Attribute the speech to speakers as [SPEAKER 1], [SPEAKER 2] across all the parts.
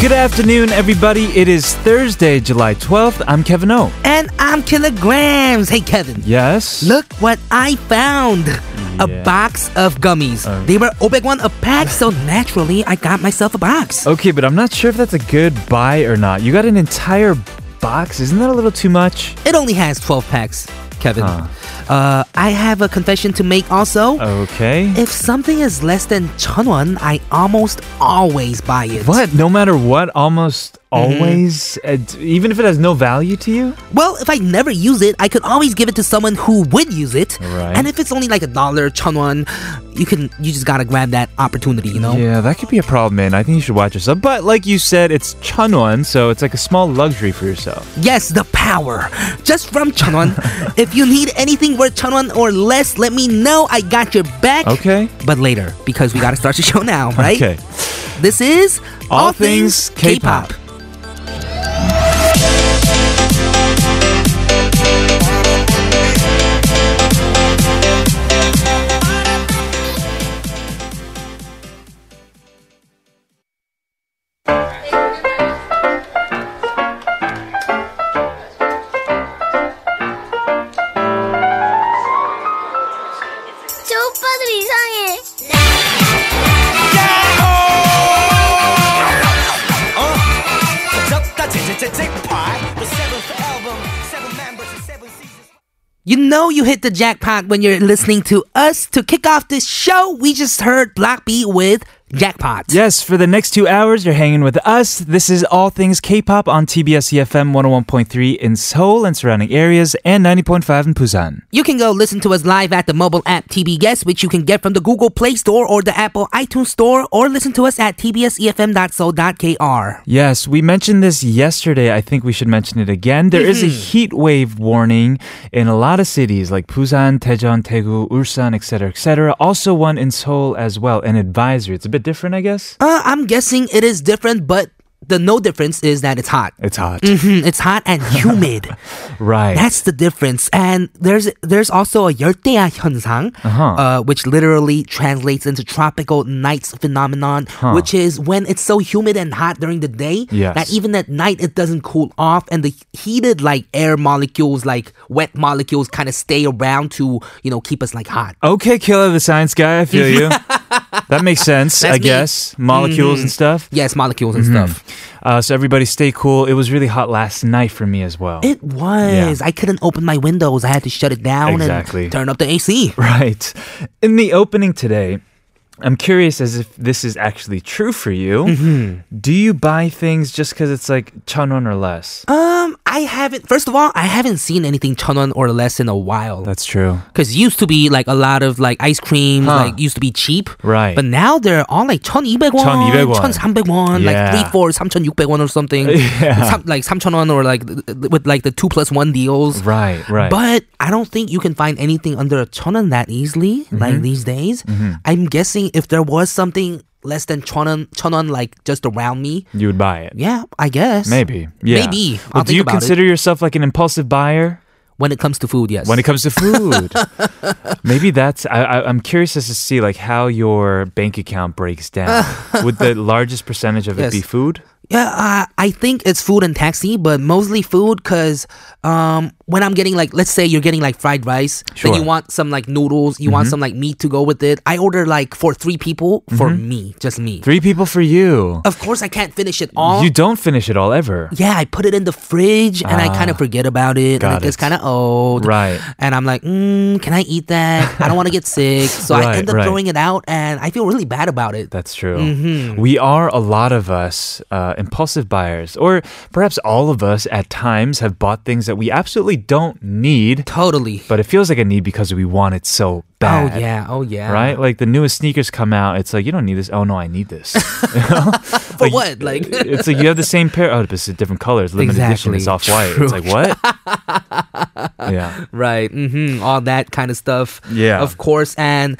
[SPEAKER 1] Good afternoon, everybody. It is Thursday, July 12th. I'm Kevin O.
[SPEAKER 2] And I'm kilograms. Hey, Kevin.
[SPEAKER 1] Yes.
[SPEAKER 2] Look what I found.
[SPEAKER 1] Yeah.
[SPEAKER 2] A box of gummies.
[SPEAKER 1] Oh.
[SPEAKER 2] They were 500won a pack, so naturally I got myself a box.
[SPEAKER 1] Okay, but I'm not sure if that's a good buy or not. You got an entire box. Isn't that a little too much?
[SPEAKER 2] It only has 12 packs, Kevin.
[SPEAKER 1] Huh. Uh.
[SPEAKER 2] Uh, I have a confession to make also.
[SPEAKER 1] Okay.
[SPEAKER 2] If something is less than 1000won, I almost always buy it.
[SPEAKER 1] What? No matter what, almost always, uh, d- even if it has no value to you?
[SPEAKER 2] Well, if I never use it, I could always give it to someone who would use it.
[SPEAKER 1] Right.
[SPEAKER 2] And if it's only like a dollar, 1000won, you can you just gotta grab that opportunity, you know?
[SPEAKER 1] Yeah, that could be a problem, man. I think you should watch yourself. But like you said, it's Chunwon, so it's like a small luxury for yourself.
[SPEAKER 2] Yes, the power. Just from Chunwon. if you need anything worth Chunwon or less, let me know. I got your back.
[SPEAKER 1] Okay.
[SPEAKER 2] But later, because we gotta start the show now, right?
[SPEAKER 1] Okay.
[SPEAKER 2] This is
[SPEAKER 1] All Things K-Pop.
[SPEAKER 3] 저 오빠들 이상해.
[SPEAKER 2] You know you hit the jackpot when you're listening to us. To kick off this show, we just heard Block B with Jackpot.
[SPEAKER 1] Yes, for the next two hours, you're hanging with us. This is All Things K-Pop on TBS EFM 101.3 in Seoul and surrounding areas and 90.5 in Busan.
[SPEAKER 2] You can go listen to us live at the mobile app TBS, which you can get from the Google Play Store or the Apple iTunes Store, or listen to us at tbsefm.so.kr.
[SPEAKER 1] Yes, we mentioned this yesterday. I think we should mention it again. There is a heat wave warning in a lot of cities like Busan, Daejeon, Daegu, Ulsan, etc., etc. Also one in Seoul as well, an advisory. It's a bit different, I guess.
[SPEAKER 2] Uh, I'm guessing it is different, but the no difference is that it's hot.
[SPEAKER 1] It's hot.
[SPEAKER 2] Mhm, it's hot and humid.
[SPEAKER 1] Right.
[SPEAKER 2] That's the difference. And there's there's also a 열대야 현상,
[SPEAKER 1] Uh-huh.
[SPEAKER 2] uh, which literally translates into tropical nights phenomenon, which is when it's so humid and hot during the day
[SPEAKER 1] Yes.
[SPEAKER 2] that even at night it doesn't cool off, and the heated like air molecules, like wet molecules, kind of stay around to you know keep us like hot.
[SPEAKER 1] okay, Killer the Science Guy, I feel you. that makes sense, I
[SPEAKER 2] That's me.
[SPEAKER 1] guess. Molecules and stuff.
[SPEAKER 2] Yes, molecules and stuff.
[SPEAKER 1] Uh, so everybody stay cool. It was really hot last night for me as well.
[SPEAKER 2] It was. I couldn't open my windows. I had to shut it down
[SPEAKER 1] Exactly.
[SPEAKER 2] and turn up the AC.
[SPEAKER 1] right. In the opening today, I'm curious as if this is actually true for you.
[SPEAKER 2] Mm-hmm.
[SPEAKER 1] Do you buy things just because it's like chanwon or less?
[SPEAKER 2] Um, I haven't. First of all, I haven't seen anything 천원 or less in a while.
[SPEAKER 1] That's true.
[SPEAKER 2] Because used to be like a lot of like ice creams,
[SPEAKER 1] Huh.
[SPEAKER 2] like used to be cheap.
[SPEAKER 1] Right.
[SPEAKER 2] But now they're all like 1,200 won,
[SPEAKER 1] 1200 won.
[SPEAKER 2] 1,300 won,
[SPEAKER 1] Yeah.
[SPEAKER 2] like 3, 4, 3,600 won or something.
[SPEAKER 1] Yeah.
[SPEAKER 2] Some- like 3,000 won or like th- th- with like the 2 plus 1 deals.
[SPEAKER 1] Right, right.
[SPEAKER 2] But I don't think you can find anything under a 천원 that easily,
[SPEAKER 1] Mm-hmm.
[SPEAKER 2] like these days. I'm guessing if there was something less than 천원, 천원 like just around me,
[SPEAKER 1] you would buy it.
[SPEAKER 2] yeah, I guess.
[SPEAKER 1] Maybe. Yeah.
[SPEAKER 2] Maybe.
[SPEAKER 1] Well,
[SPEAKER 2] I'll
[SPEAKER 1] do
[SPEAKER 2] think
[SPEAKER 1] you
[SPEAKER 2] about it.
[SPEAKER 1] consider yourself like an impulsive buyer?
[SPEAKER 2] When it comes to food, yes.
[SPEAKER 1] when it comes to food. Maybe that's. I, I, I'm curious as to see like how your bank account breaks down. Would the largest percentage of it
[SPEAKER 2] Yes.
[SPEAKER 1] be food?
[SPEAKER 2] Yeah, uh, I think it's food and taxi, but mostly food because um, when I'm getting like, let's say you're getting like fried rice,
[SPEAKER 1] Sure. Mm-hmm.
[SPEAKER 2] then you want some like noodles, you want some like meat to go with it. I order like for three people for me, just me.
[SPEAKER 1] Mm-hmm. Three people for you.
[SPEAKER 2] Of course, I can't finish it all.
[SPEAKER 1] You don't finish it all ever.
[SPEAKER 2] yeah, I put it in the fridge and I kind of forget about it.
[SPEAKER 1] Ah. got
[SPEAKER 2] and it gets
[SPEAKER 1] it.
[SPEAKER 2] kind of old.
[SPEAKER 1] Right.
[SPEAKER 2] And I'm like, mm, can I eat that? I don't want to get sick. So
[SPEAKER 1] Right,
[SPEAKER 2] I end up
[SPEAKER 1] right.
[SPEAKER 2] throwing it out and I feel really bad about it.
[SPEAKER 1] That's true.
[SPEAKER 2] Mm-hmm.
[SPEAKER 1] We are a lot of us uh, impulsive buyers, or perhaps all of us at times have bought things that we absolutely don't need,
[SPEAKER 2] Totally.
[SPEAKER 1] but it feels like a need because we want it so bad.
[SPEAKER 2] Oh, yeah. Oh, yeah.
[SPEAKER 1] Right? Like the newest sneakers come out, it's like, you don't need this. Oh, no, I need this.
[SPEAKER 2] For what? Like.
[SPEAKER 1] it's like you have the same pair. Oh, but it's different colors. Limited edition.
[SPEAKER 2] Exactly.
[SPEAKER 1] It's off white. It's like what? yeah.
[SPEAKER 2] Right. hmm All that kind of stuff.
[SPEAKER 1] Yeah.
[SPEAKER 2] Of course. And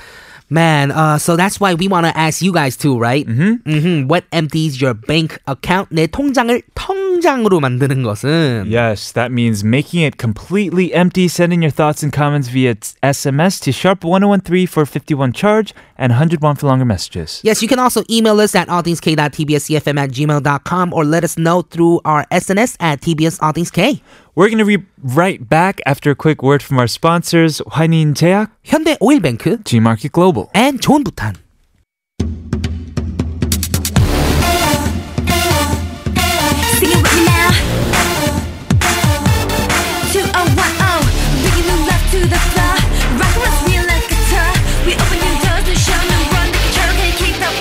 [SPEAKER 2] man, uh, so that's why we want to ask you guys too, right? Mm-hmm. What empties your bank account? 내 통장을 텅 공장으로 만드는 것은
[SPEAKER 1] Yes, that means making it completely empty. Send in your thoughts and comments via t- SMS to sharp 1013 for 51 charge and 101 for longer messages.
[SPEAKER 2] Yes, you can also email us at allthingsk.tbscfm at gmail.com or let us know through our SNS at TBS All Things K.
[SPEAKER 1] We're going to be right back after a quick word from our sponsors, Hwanin Jaeak,
[SPEAKER 2] 현대 오일뱅크
[SPEAKER 1] Gmarket Global.
[SPEAKER 2] and 좋은 부탄.
[SPEAKER 4] Sing it with me now. 2010, oh, bringing new life to the floor. Rock us, feel like a tour. We open new doors, new show, new run. The control can keep up.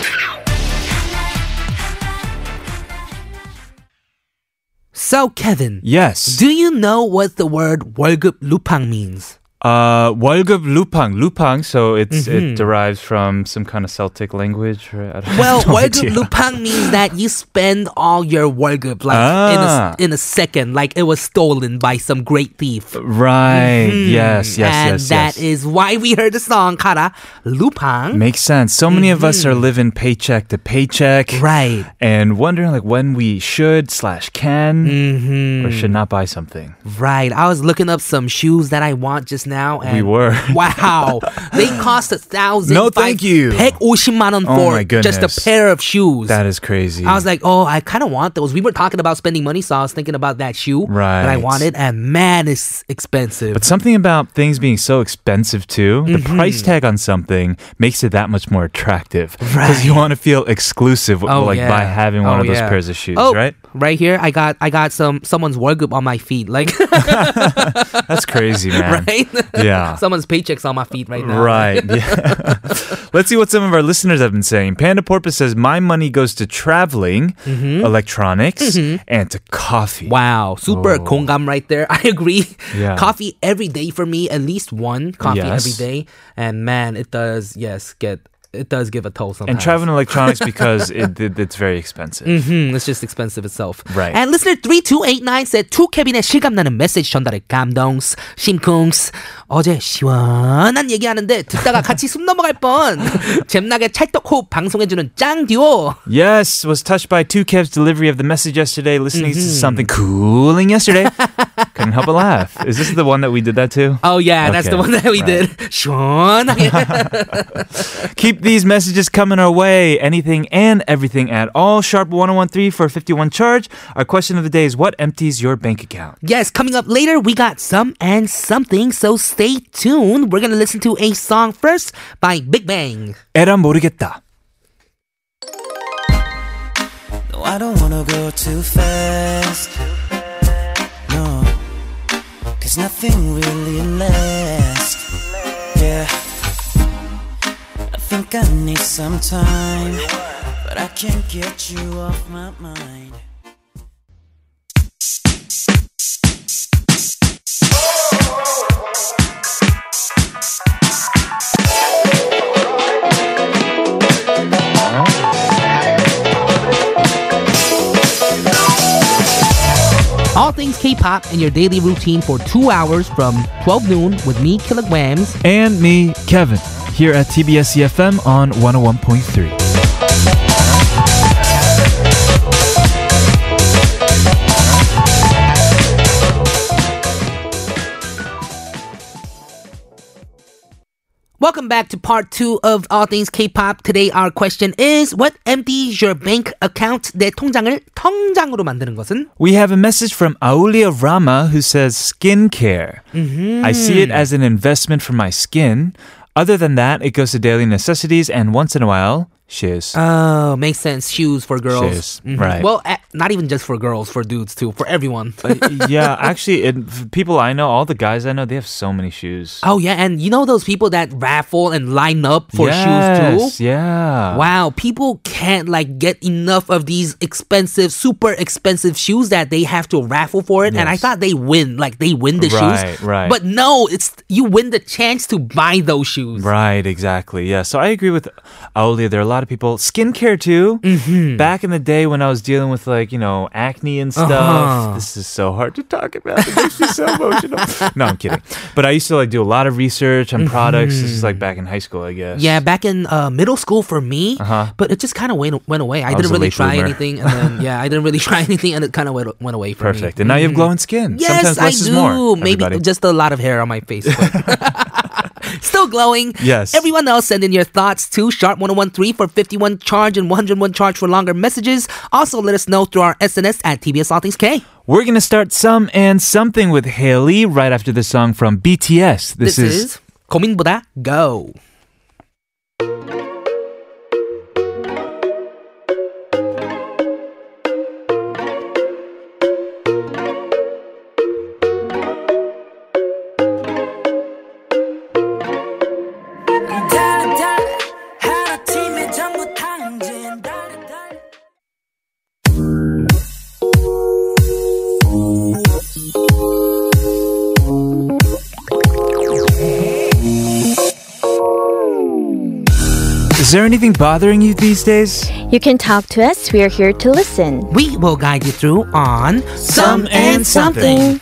[SPEAKER 2] So, Kevin,
[SPEAKER 1] Yes.
[SPEAKER 2] do you know what the word 월급 루팡 means?
[SPEAKER 1] Uh, 월급 루팡, 루팡. So it's
[SPEAKER 2] Mm-hmm.
[SPEAKER 1] it derives from some kind of Celtic language. Or, I don't
[SPEAKER 2] Well,
[SPEAKER 1] have no
[SPEAKER 2] 월급
[SPEAKER 1] idea.
[SPEAKER 2] 루팡 means that you spend all your 월급 like
[SPEAKER 1] Ah.
[SPEAKER 2] in, a, in a second, like it was stolen by some great thief.
[SPEAKER 1] Right. Yes. Yes.
[SPEAKER 2] Mm-hmm. and
[SPEAKER 1] yes.
[SPEAKER 2] that
[SPEAKER 1] yes.
[SPEAKER 2] is why we heard the song Kara Lupang.
[SPEAKER 1] Makes sense. So many of
[SPEAKER 2] Mm-hmm.
[SPEAKER 1] us are living paycheck to paycheck,
[SPEAKER 2] Right.
[SPEAKER 1] And wondering like when we should slash can or should not buy something.
[SPEAKER 2] Right. I was looking up some shoes that I want just now. And
[SPEAKER 1] We were.
[SPEAKER 2] Wow. they cost a thousand.
[SPEAKER 1] No, thank you.
[SPEAKER 2] 150만 원
[SPEAKER 1] Oh
[SPEAKER 2] for
[SPEAKER 1] my
[SPEAKER 2] just a
[SPEAKER 1] goodness.
[SPEAKER 2] pair of shoes.
[SPEAKER 1] That is crazy.
[SPEAKER 2] I was like, oh, I kind of want those. We were talking about spending money, so I was thinking about that shoe that I
[SPEAKER 1] Right.
[SPEAKER 2] wanted, and man, it's expensive.
[SPEAKER 1] but something about things being so expensive too, the price tag on something makes it that much more attractive. Because you want to feel exclusive like by having
[SPEAKER 2] one
[SPEAKER 1] one of those pairs of shoes,
[SPEAKER 2] oh,
[SPEAKER 1] right?
[SPEAKER 2] Right here, I got I got some someone's workup on my feet, like
[SPEAKER 1] That's crazy, man.
[SPEAKER 2] right.
[SPEAKER 1] Yeah.
[SPEAKER 2] someone's paychecks on my feet right now.
[SPEAKER 1] Ah. Right. Yeah. Let's see what some of our listeners have been saying. Panda Porpoise says, My money goes to traveling, electronics, and to coffee.
[SPEAKER 2] Wow, super kongam right there. I agree.
[SPEAKER 1] Oh. Yeah.
[SPEAKER 2] Coffee every day for me, at least one coffee
[SPEAKER 1] Yes.
[SPEAKER 2] every day. And man, it does, yes, get it does give a toll sometimes.
[SPEAKER 1] And traveling electronics because it, it- it's very expensive.
[SPEAKER 2] Hmm, it's just expensive itself.
[SPEAKER 1] Right.
[SPEAKER 2] And listener 3289 said 투 케빈의 실감나는 메시지 전달에 감동스, 심쿵스. 어제 시원한 얘기하는데 듣다가 같이 숨 넘어갈 뻔. 잼나게 찰떡 호흡 방송해주는 짱 듀오.
[SPEAKER 1] Yes, was touched by Two Kev's delivery of the message yesterday, listening to something cooling yesterday. Couldn't help but laugh. Is this the one that we did that to?
[SPEAKER 2] Oh yeah, that's the
[SPEAKER 1] Okay,
[SPEAKER 2] one that we
[SPEAKER 1] right.
[SPEAKER 2] did. 시원하게.
[SPEAKER 1] Keep these messages coming our way. Anything and everything at all. Sharp 1013 for 51 charge. Our question of the day is what empties your bank account?
[SPEAKER 2] Yes, coming up later, we got some and something, so stay tuned. We're gonna listen to a song first by Big Bang.
[SPEAKER 1] 에라 모르겠다.
[SPEAKER 5] No, I don't wanna go too fast. No, cause nothing really lasts. Yeah, I think I need some time, but I can't get you off my mind.
[SPEAKER 2] All things K-pop in your daily routine for two hours from 12 noon with me, Kilograms.
[SPEAKER 1] and me, Kevin, here at TBS EFM E on 101.3.
[SPEAKER 2] Welcome back to part two of All Things K-pop. Today, our question is: What empties your bank account? 내 통장을 통장으로 만드는 것은?
[SPEAKER 1] We have a message from Aulia Rama who says skincare. I see
[SPEAKER 2] Mm-hmm.
[SPEAKER 1] it as an investment for my skin. Other than that, it goes to daily necessities and once in a while, shiz.
[SPEAKER 2] Oh, makes sense. Shoes for girls,
[SPEAKER 1] Shoes, right.
[SPEAKER 2] Well, eh, not even just for girls, for dudes too, for everyone.
[SPEAKER 1] yeah, actually, it, f- people I know, all the guys I know, they have so many shoes.
[SPEAKER 2] Oh yeah, and you know those people that raffle and line up for shoes
[SPEAKER 1] Yes,
[SPEAKER 2] too?
[SPEAKER 1] Yeah.
[SPEAKER 2] Wow, people can't like get enough of these expensive, super expensive shoes that they have to raffle for it. And I
[SPEAKER 1] Yes.
[SPEAKER 2] thought they win, like they win the
[SPEAKER 1] Right,
[SPEAKER 2] shoes.
[SPEAKER 1] right.
[SPEAKER 2] But no, it's you win the chance to buy those shoes.
[SPEAKER 1] Right, exactly. Yeah. So I agree with Aulia. There are a lot of people. Skincare too. Back in the day when I was dealing with like you know acne and stuff,
[SPEAKER 2] Mm-hmm. Uh-huh.
[SPEAKER 1] this is so hard to talk about. It makes me so emotional. No, I'm kidding. But I used to like do a lot of research on products. This is like back in high school, I guess.
[SPEAKER 2] Mm-hmm. Yeah, back in uh, middle school for me, but it just kind of went, went away. I,
[SPEAKER 1] Uh-huh. was
[SPEAKER 2] didn't
[SPEAKER 1] a
[SPEAKER 2] really
[SPEAKER 1] late
[SPEAKER 2] try
[SPEAKER 1] bloomer.
[SPEAKER 2] anything, and then yeah, I didn't really try anything, and it kind of went, went away for
[SPEAKER 1] Perfect.
[SPEAKER 2] me.
[SPEAKER 1] And now you have glowing skin.
[SPEAKER 2] Mm-hmm. Yes,
[SPEAKER 1] Sometimes
[SPEAKER 2] I
[SPEAKER 1] less is
[SPEAKER 2] do.
[SPEAKER 1] more.
[SPEAKER 2] Maybe
[SPEAKER 1] everybody.
[SPEAKER 2] just a lot of hair on my face. but- Still glowing.
[SPEAKER 1] Yes.
[SPEAKER 2] Everyone else send in your thoughts to Sharp1013 for 51 charge and 101 charge for longer messages. Also, let us know through our SNS at TBS All Things K.
[SPEAKER 1] We're going to start some and something with Haley right after the song from BTS. This,
[SPEAKER 2] This, is, 고민보다 Go.
[SPEAKER 1] Is there anything bothering you these days?
[SPEAKER 6] You can talk to us. We are here to listen.
[SPEAKER 2] We will guide you through on
[SPEAKER 1] Some and Something.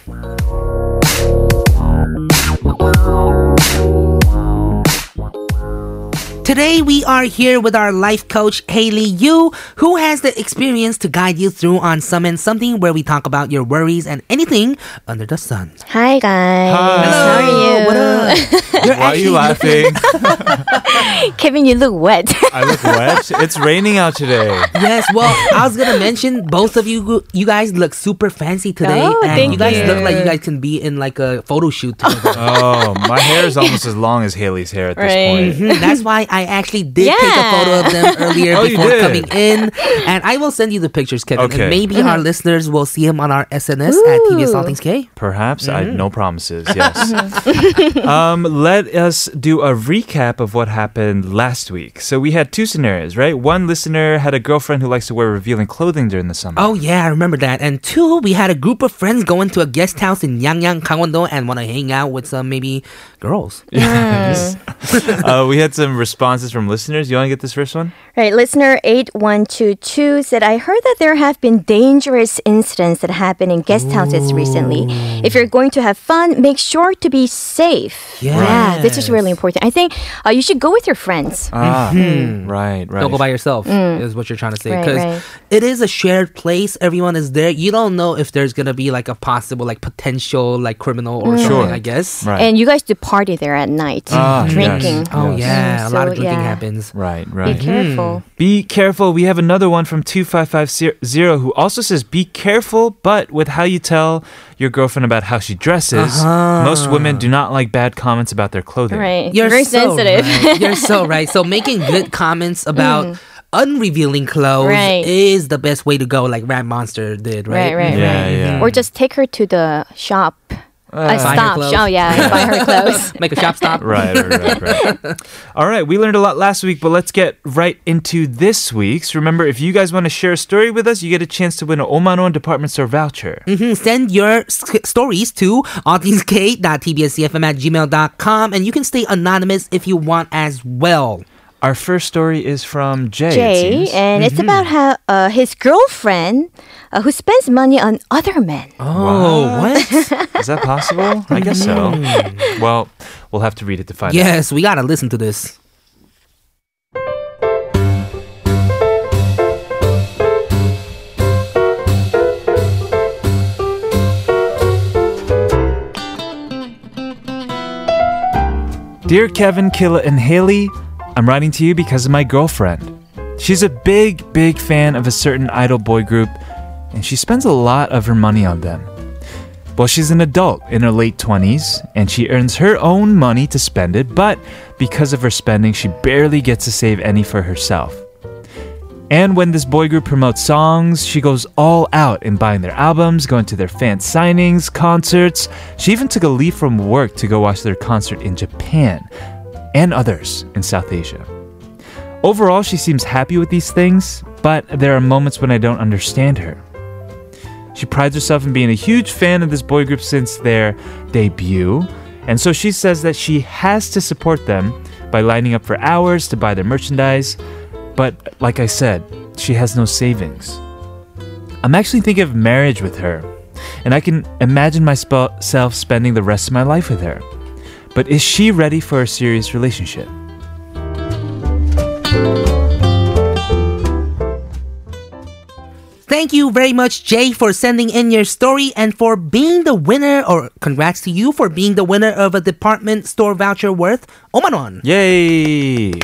[SPEAKER 2] Today we are here with our life coach Haley Yu, who has the experience to guide you through on some and something where we talk about your worries and anything under the sun.
[SPEAKER 6] Hi guys.
[SPEAKER 1] Hi.
[SPEAKER 6] How are you?
[SPEAKER 2] What up? You're
[SPEAKER 1] Why are you laughing?
[SPEAKER 6] Kevin, you look wet.
[SPEAKER 1] I look wet. It's raining out today.
[SPEAKER 2] yes, well, I was gonna mention both of you. You guys look super fancy today,
[SPEAKER 6] Oh,
[SPEAKER 2] and
[SPEAKER 6] thank
[SPEAKER 2] you guys
[SPEAKER 6] you.
[SPEAKER 2] look like you guys can be in like a photo shoot together.
[SPEAKER 1] Oh, my hair is almost as long as Haley's hair at this
[SPEAKER 6] Right. Mm-hmm.
[SPEAKER 1] point.
[SPEAKER 2] Mhm, That's why I actually did take a photo of them earlier
[SPEAKER 1] Oh, you
[SPEAKER 2] before
[SPEAKER 1] did?
[SPEAKER 2] coming in, and I will send you the pictures, Kevin.
[SPEAKER 1] Okay.
[SPEAKER 2] And maybe our
[SPEAKER 6] Mm-hmm.
[SPEAKER 2] listeners will see him on our SNS at TBS All Things K.
[SPEAKER 1] Perhaps I
[SPEAKER 2] Mm-hmm.
[SPEAKER 1] no promises. Yes.
[SPEAKER 6] Mm-hmm.
[SPEAKER 1] um, let us do a recap of what happened last week. So we had two scenarios, right? One listener had a girlfriend who likes to wear revealing clothing during the summer.
[SPEAKER 2] Oh yeah, I remember that. And two, we had a group of friends going to a guest house in Yangyang, Gangwon-do, and want to hang out with some maybe girls.
[SPEAKER 1] Yes.
[SPEAKER 2] Oh.
[SPEAKER 1] uh, we had some responses from listeners. You want to get this first one?
[SPEAKER 6] right, listener 8122 said, I heard that there have been dangerous incidents that happened in guest houses recently. If you're going to have fun, make sure to be safe. Yeah, this is really
[SPEAKER 2] Yes.
[SPEAKER 6] important. I think uh, you should go with your friends.
[SPEAKER 1] Ah, right, right.
[SPEAKER 2] Mm-hmm. Don't go by yourself, is what you're trying to say.
[SPEAKER 6] Mm. Right,
[SPEAKER 2] Because
[SPEAKER 6] right.
[SPEAKER 2] it is a shared place. Everyone is there. You don't know if there's going to be like a possible, like potential, like criminal or
[SPEAKER 6] Mm.
[SPEAKER 1] Sure.
[SPEAKER 2] something, I guess.
[SPEAKER 1] Right.
[SPEAKER 6] And you guys do party there at night,
[SPEAKER 1] Ah, yes.
[SPEAKER 6] drinking. Mm,
[SPEAKER 2] Oh,
[SPEAKER 1] Yes.
[SPEAKER 2] yeah. A lot of
[SPEAKER 6] So,
[SPEAKER 2] drinking
[SPEAKER 6] yeah.
[SPEAKER 2] happens. Mm.
[SPEAKER 1] Right,
[SPEAKER 6] Be
[SPEAKER 1] right.
[SPEAKER 6] careful.
[SPEAKER 1] Be careful. We have another one from 2550 who also says, Be careful, but with how you tell your girlfriend about how she dresses. Most women do not like bad comments about their clothing.
[SPEAKER 6] Right.
[SPEAKER 2] You're
[SPEAKER 6] very
[SPEAKER 2] so
[SPEAKER 6] sensitive. Mm.
[SPEAKER 2] right. You're so right. So making good comments about unrevealing clothes
[SPEAKER 6] Right.
[SPEAKER 2] is the best way to go, like Rat Monster did, right? Mm-hmm.
[SPEAKER 6] Right, right,
[SPEAKER 1] Yeah, yeah.
[SPEAKER 6] Or just take her to the shop.
[SPEAKER 1] Uh,
[SPEAKER 2] Buy
[SPEAKER 6] a
[SPEAKER 2] her
[SPEAKER 6] stop.
[SPEAKER 2] clothes.
[SPEAKER 6] Oh yeah, buy her clothes.
[SPEAKER 2] Make a shop stop.
[SPEAKER 1] Right, right, right, right. All right, we learned a lot last week, but let's get right into this week's. Remember, if you guys want to share a story with us, you get a chance to win an Omanon department store voucher.
[SPEAKER 2] Mhm, Send your s- stories to allthingsk.tbscfm at gmail.com and you can stay anonymous if you want as well.
[SPEAKER 1] Our first story is from Jay. it
[SPEAKER 6] Jay,
[SPEAKER 1] seems. Mm-hmm.
[SPEAKER 6] and it's about how uh, his girlfriend, uh, who spends money on other men.
[SPEAKER 2] Oh, what?
[SPEAKER 1] Is that possible? I guess so. Well, we'll have to read it to find out.
[SPEAKER 2] yes, we gotta listen to this.
[SPEAKER 1] Dear Kevin, Killa, and Haley, I'm writing to you because of my girlfriend. She's a big, big fan of a certain idol boy group, and she spends a lot of her money on them. Well, she's an adult in her late 20s, and she earns her own money to spend it, but because of her spending, she barely gets to save any for herself. And when this boy group promotes songs, she goes all out in buying their albums, going to their fan signings, concerts. She even took a leave from work to go watch their concert in Japan and others in South Asia. Overall, she seems happy with these things, but there are moments when I don't understand her. She prides herself in being a huge fan of this boy group since their debut, and so she says that she has to support them by lining up for hours to buy their merchandise. But like I said, she has no savings. I'm actually thinking of marriage with her, and I can imagine myself spending the rest of my life with her. But is she ready for a serious relationship?
[SPEAKER 2] Thank you very much, Jay, for sending in your story and for being the winner, or congrats to you for being the winner of a department store voucher worth 5만 원.
[SPEAKER 1] Yay!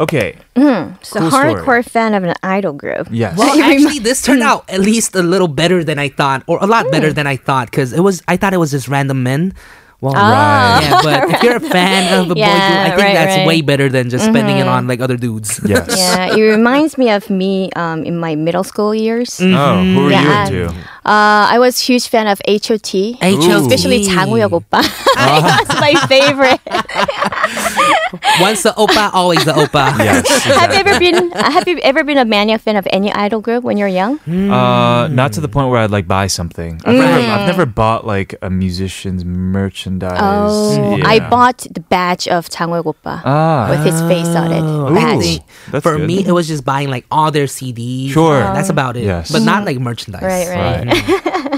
[SPEAKER 1] Okay.
[SPEAKER 6] So
[SPEAKER 1] Cool story.
[SPEAKER 6] hardcore fan of an idol group.
[SPEAKER 1] Yes.
[SPEAKER 2] Well, actually, this turned out at least a little better than I thought, or a lot
[SPEAKER 6] Oh.
[SPEAKER 2] better than I thought, because it was I thought it was just random men. Well,
[SPEAKER 1] Right.
[SPEAKER 2] yeah, but if you're a fan of a boy group, I
[SPEAKER 6] Oh. Yeah,
[SPEAKER 2] think
[SPEAKER 6] right,
[SPEAKER 2] that's
[SPEAKER 6] right. Mm-hmm.
[SPEAKER 2] way better than just spending it on like other dudes.
[SPEAKER 1] Yes.
[SPEAKER 6] Yeah, it reminds me of me um, in my middle school years.
[SPEAKER 1] Oh, who are
[SPEAKER 6] Yeah.
[SPEAKER 1] you into?
[SPEAKER 6] Uh, I was huge fan of H.O.T.
[SPEAKER 2] H.O.T..
[SPEAKER 6] Especially 장우혁 오빠.
[SPEAKER 1] Ah.
[SPEAKER 6] That's my favorite.
[SPEAKER 2] Once the oppa, always the oppa.
[SPEAKER 1] Yes.
[SPEAKER 6] have you ever been? uh, Have you ever been a maniac fan of any idol group when you're young?
[SPEAKER 1] Uh, not to the point where I'd like buy something. I've, never,
[SPEAKER 6] Mm.
[SPEAKER 1] I've never bought like a musician's merchandise.
[SPEAKER 6] Oh,
[SPEAKER 1] Yeah.
[SPEAKER 6] I bought the badge of 장우혁 오빠
[SPEAKER 1] Ah,
[SPEAKER 6] with his face on it.
[SPEAKER 2] Oh, I
[SPEAKER 6] Badge.
[SPEAKER 2] see.
[SPEAKER 1] That's
[SPEAKER 2] For
[SPEAKER 1] good.
[SPEAKER 2] me, it was just buying like all their CDs.
[SPEAKER 1] Sure.
[SPEAKER 2] That's about it.
[SPEAKER 1] Yes.
[SPEAKER 2] But not like merchandise.
[SPEAKER 6] Right, right.
[SPEAKER 1] right.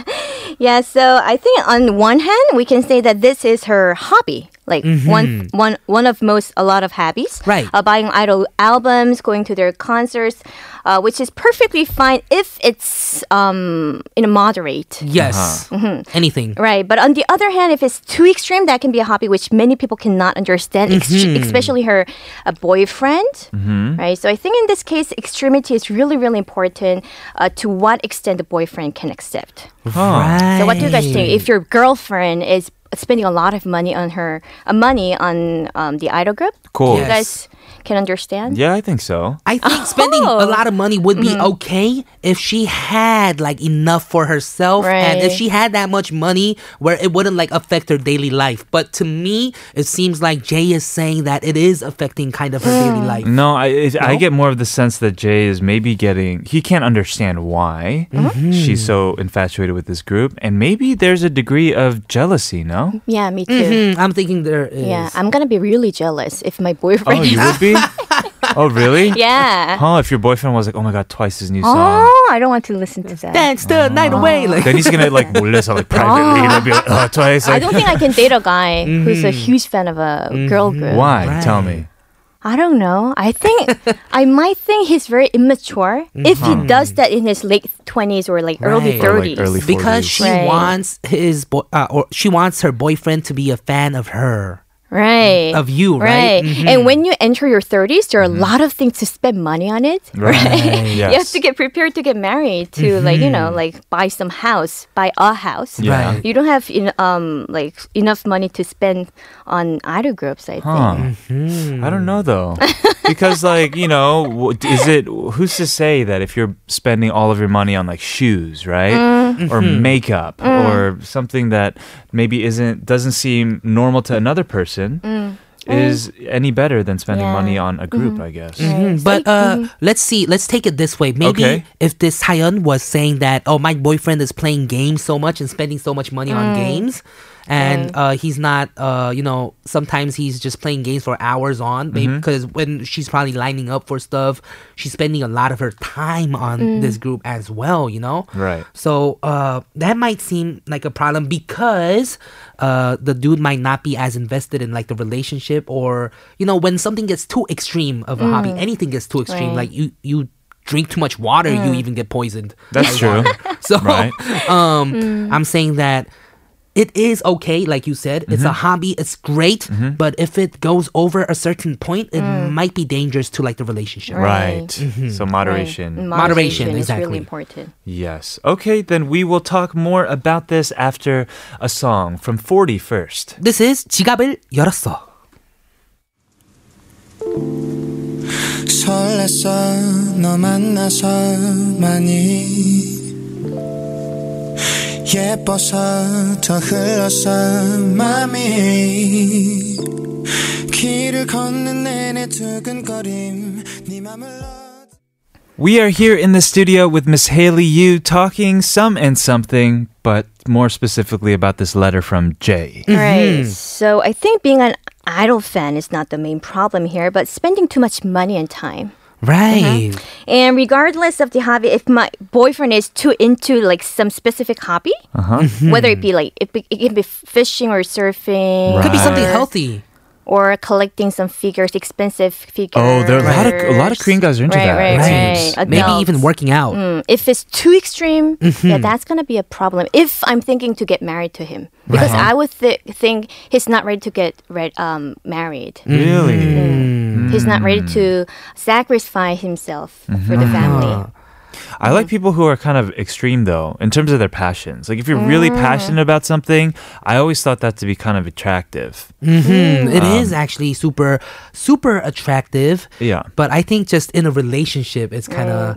[SPEAKER 6] Yeah, so I think on one hand we can say that this is her hobby, like one one one of most a lot of hobbies.
[SPEAKER 2] Right.
[SPEAKER 6] Uh, buying idol albums, going to their concerts, uh, which is perfectly fine if it's um in a moderate.
[SPEAKER 2] Yes.
[SPEAKER 6] Mm-hmm.
[SPEAKER 2] Anything.
[SPEAKER 6] Right, but on the other hand, if it's too extreme, that can be a hobby which many people cannot understand, ex-
[SPEAKER 1] Mm-hmm.
[SPEAKER 6] especially her uh, boyfriend. Right, so I think in this case, extremity is really, really important uh, to what extent the boyfriend can accept.
[SPEAKER 2] Right.
[SPEAKER 6] So what do you guys think? If your girlfriend is spending a lot of money on her uh, money on um, the idol group,
[SPEAKER 1] Cool.
[SPEAKER 6] you guys can understand.
[SPEAKER 1] Yeah, I think so.
[SPEAKER 2] I think spending
[SPEAKER 6] Oh.
[SPEAKER 2] a lot of money would be
[SPEAKER 6] Mm-hmm.
[SPEAKER 2] okay if she had like enough for herself and if
[SPEAKER 6] Right.
[SPEAKER 2] she had that much money where it wouldn't like affect her daily life. But to me, it seems like Jay is saying that it is affecting kind of her
[SPEAKER 6] Mm.
[SPEAKER 2] daily life.
[SPEAKER 1] No, I it, I get more of the sense that Jay is maybe getting he can't understand why she's so infatuated with this group, and maybe there's a degree of jealousy. No,
[SPEAKER 6] Yeah, me too.
[SPEAKER 1] mm-hmm.
[SPEAKER 2] Hmm, I'm thinking there is.
[SPEAKER 6] Yeah, I'm gonna be really jealous if my
[SPEAKER 1] oh,
[SPEAKER 6] boyfriend.
[SPEAKER 1] you would be. oh, really?
[SPEAKER 6] yeah.
[SPEAKER 1] Huh? If your boyfriend was like, "Oh my God, twice his new song,"
[SPEAKER 6] Oh, I don't want to listen to that.
[SPEAKER 2] Thanks the night away. Like,
[SPEAKER 1] then he's gonna like 몰래서 like privately like, be like, "Oh, twice."
[SPEAKER 6] I
[SPEAKER 1] Like, Mm-hmm.
[SPEAKER 6] don't think I can date a guy who's a huge fan of a girl group.
[SPEAKER 1] why? Tell me.
[SPEAKER 6] I don't know. I think I might think he's very immature if he does that in his late twenties or like early
[SPEAKER 2] Right.
[SPEAKER 1] Mm-hmm. Or,
[SPEAKER 6] thirties.
[SPEAKER 1] like, early
[SPEAKER 2] because
[SPEAKER 1] 40s.
[SPEAKER 2] she
[SPEAKER 6] Right.
[SPEAKER 2] wants his boy, uh, or she wants her boyfriend to be a fan of her,
[SPEAKER 6] right.
[SPEAKER 2] of you,
[SPEAKER 6] Right.
[SPEAKER 2] right? Mm-hmm.
[SPEAKER 1] Mm-hmm.
[SPEAKER 6] And when you enter your 30s, there are a lot of things to spend money on it.
[SPEAKER 1] Right.
[SPEAKER 6] You have to get prepared to get married to like, you know, like buy some house, buy a house.
[SPEAKER 1] Mm-hmm. Yeah.
[SPEAKER 2] Right.
[SPEAKER 6] You don't have en- um like enough money to spend on idol groups, I think.
[SPEAKER 1] Huh.
[SPEAKER 6] Mm-hmm.
[SPEAKER 1] I don't know though, because like you know, w- is it who's to say that if you're spending all of your money on like shoes, right,
[SPEAKER 6] Mm-hmm.
[SPEAKER 1] or makeup,
[SPEAKER 6] Mm.
[SPEAKER 1] or something that maybe isn't doesn't seem normal to another person, is any better than spending
[SPEAKER 6] Mm. Yeah. Mm-hmm.
[SPEAKER 1] money on a group? I guess.
[SPEAKER 2] Mm, But uh, let's see. Let's take it this way. Maybe
[SPEAKER 1] Okay.
[SPEAKER 2] if this Hyun was saying that, oh, my boyfriend is playing games so much and spending so much money on games, and uh, he's not, uh, you know, sometimes he's just playing games for hours on. Maybe
[SPEAKER 1] Mm-hmm.
[SPEAKER 2] because when she's probably lining up for stuff, she's spending a lot of her time on this group as well. You know,
[SPEAKER 1] Right.
[SPEAKER 2] So uh, that might seem like a problem because uh, the dude might not be as invested in like the relationship or you know when something gets too extreme of a hobby, anything gets too extreme.
[SPEAKER 6] Right.
[SPEAKER 2] Like you you drink too much water, you even get poisoned.
[SPEAKER 1] That's
[SPEAKER 2] by
[SPEAKER 1] true.
[SPEAKER 2] water. So
[SPEAKER 1] Right.
[SPEAKER 2] um, I'm saying that. It is okay, like you said.
[SPEAKER 1] Mm-hmm.
[SPEAKER 2] It's a hobby. It's great, but if it goes over a certain point, it might be dangerous to like the relationship.
[SPEAKER 1] Right.
[SPEAKER 6] Right. Mm-hmm.
[SPEAKER 1] So
[SPEAKER 6] Right. Mm.
[SPEAKER 1] moderation.
[SPEAKER 2] Moderation,
[SPEAKER 6] is
[SPEAKER 2] exactly.
[SPEAKER 6] really important.
[SPEAKER 1] Yes. Okay, then we will talk more about this after a song from 40 first.
[SPEAKER 2] This is 지갑을 열었어.
[SPEAKER 5] 설렜어 너 만나서 많이 예뻐서 더 흘렀어 맘이 길을 걷는 내내 두근거림 네 맘을 얻-
[SPEAKER 1] We are here in the studio with Miss Haley Yu talking some and something, but more specifically about this letter from Jay. Mm-hmm.
[SPEAKER 6] Right. So I think being an idol fan is not the main problem here, but spending too much money and time.
[SPEAKER 2] Right.
[SPEAKER 6] And regardless of the hobby, if my boyfriend is too into like some specific hobby,
[SPEAKER 1] Uh-huh. Hmm.
[SPEAKER 6] whether it be like it, be, it can be fishing or surfing,
[SPEAKER 2] Could be something
[SPEAKER 6] or-
[SPEAKER 2] healthy.
[SPEAKER 6] or collecting some figures, expensive figures.
[SPEAKER 1] Oh, there are a lot of- a lot of Korean guys are into
[SPEAKER 6] right,
[SPEAKER 1] that,
[SPEAKER 6] Right,
[SPEAKER 1] it
[SPEAKER 6] right,
[SPEAKER 2] Maybe even
[SPEAKER 6] Adults.
[SPEAKER 2] working out.
[SPEAKER 6] Mm, If it's too extreme, yeah, that's gonna be a problem. If I'm thinking to get married to him, because I would th- think he's not ready to get re- um, married. Mm-hmm.
[SPEAKER 1] Really?
[SPEAKER 6] He's not ready to sacrifice himself for the family.
[SPEAKER 1] I like people who are kind of extreme though, in terms of their passions. Like if you're really
[SPEAKER 6] Mm.
[SPEAKER 1] passionate about something, I always thought that to be kind of attractive.
[SPEAKER 2] Mm, It is
[SPEAKER 1] Um,
[SPEAKER 2] actually super, super attractive.
[SPEAKER 1] Yeah.
[SPEAKER 2] But I think just in a relationship, it's kind of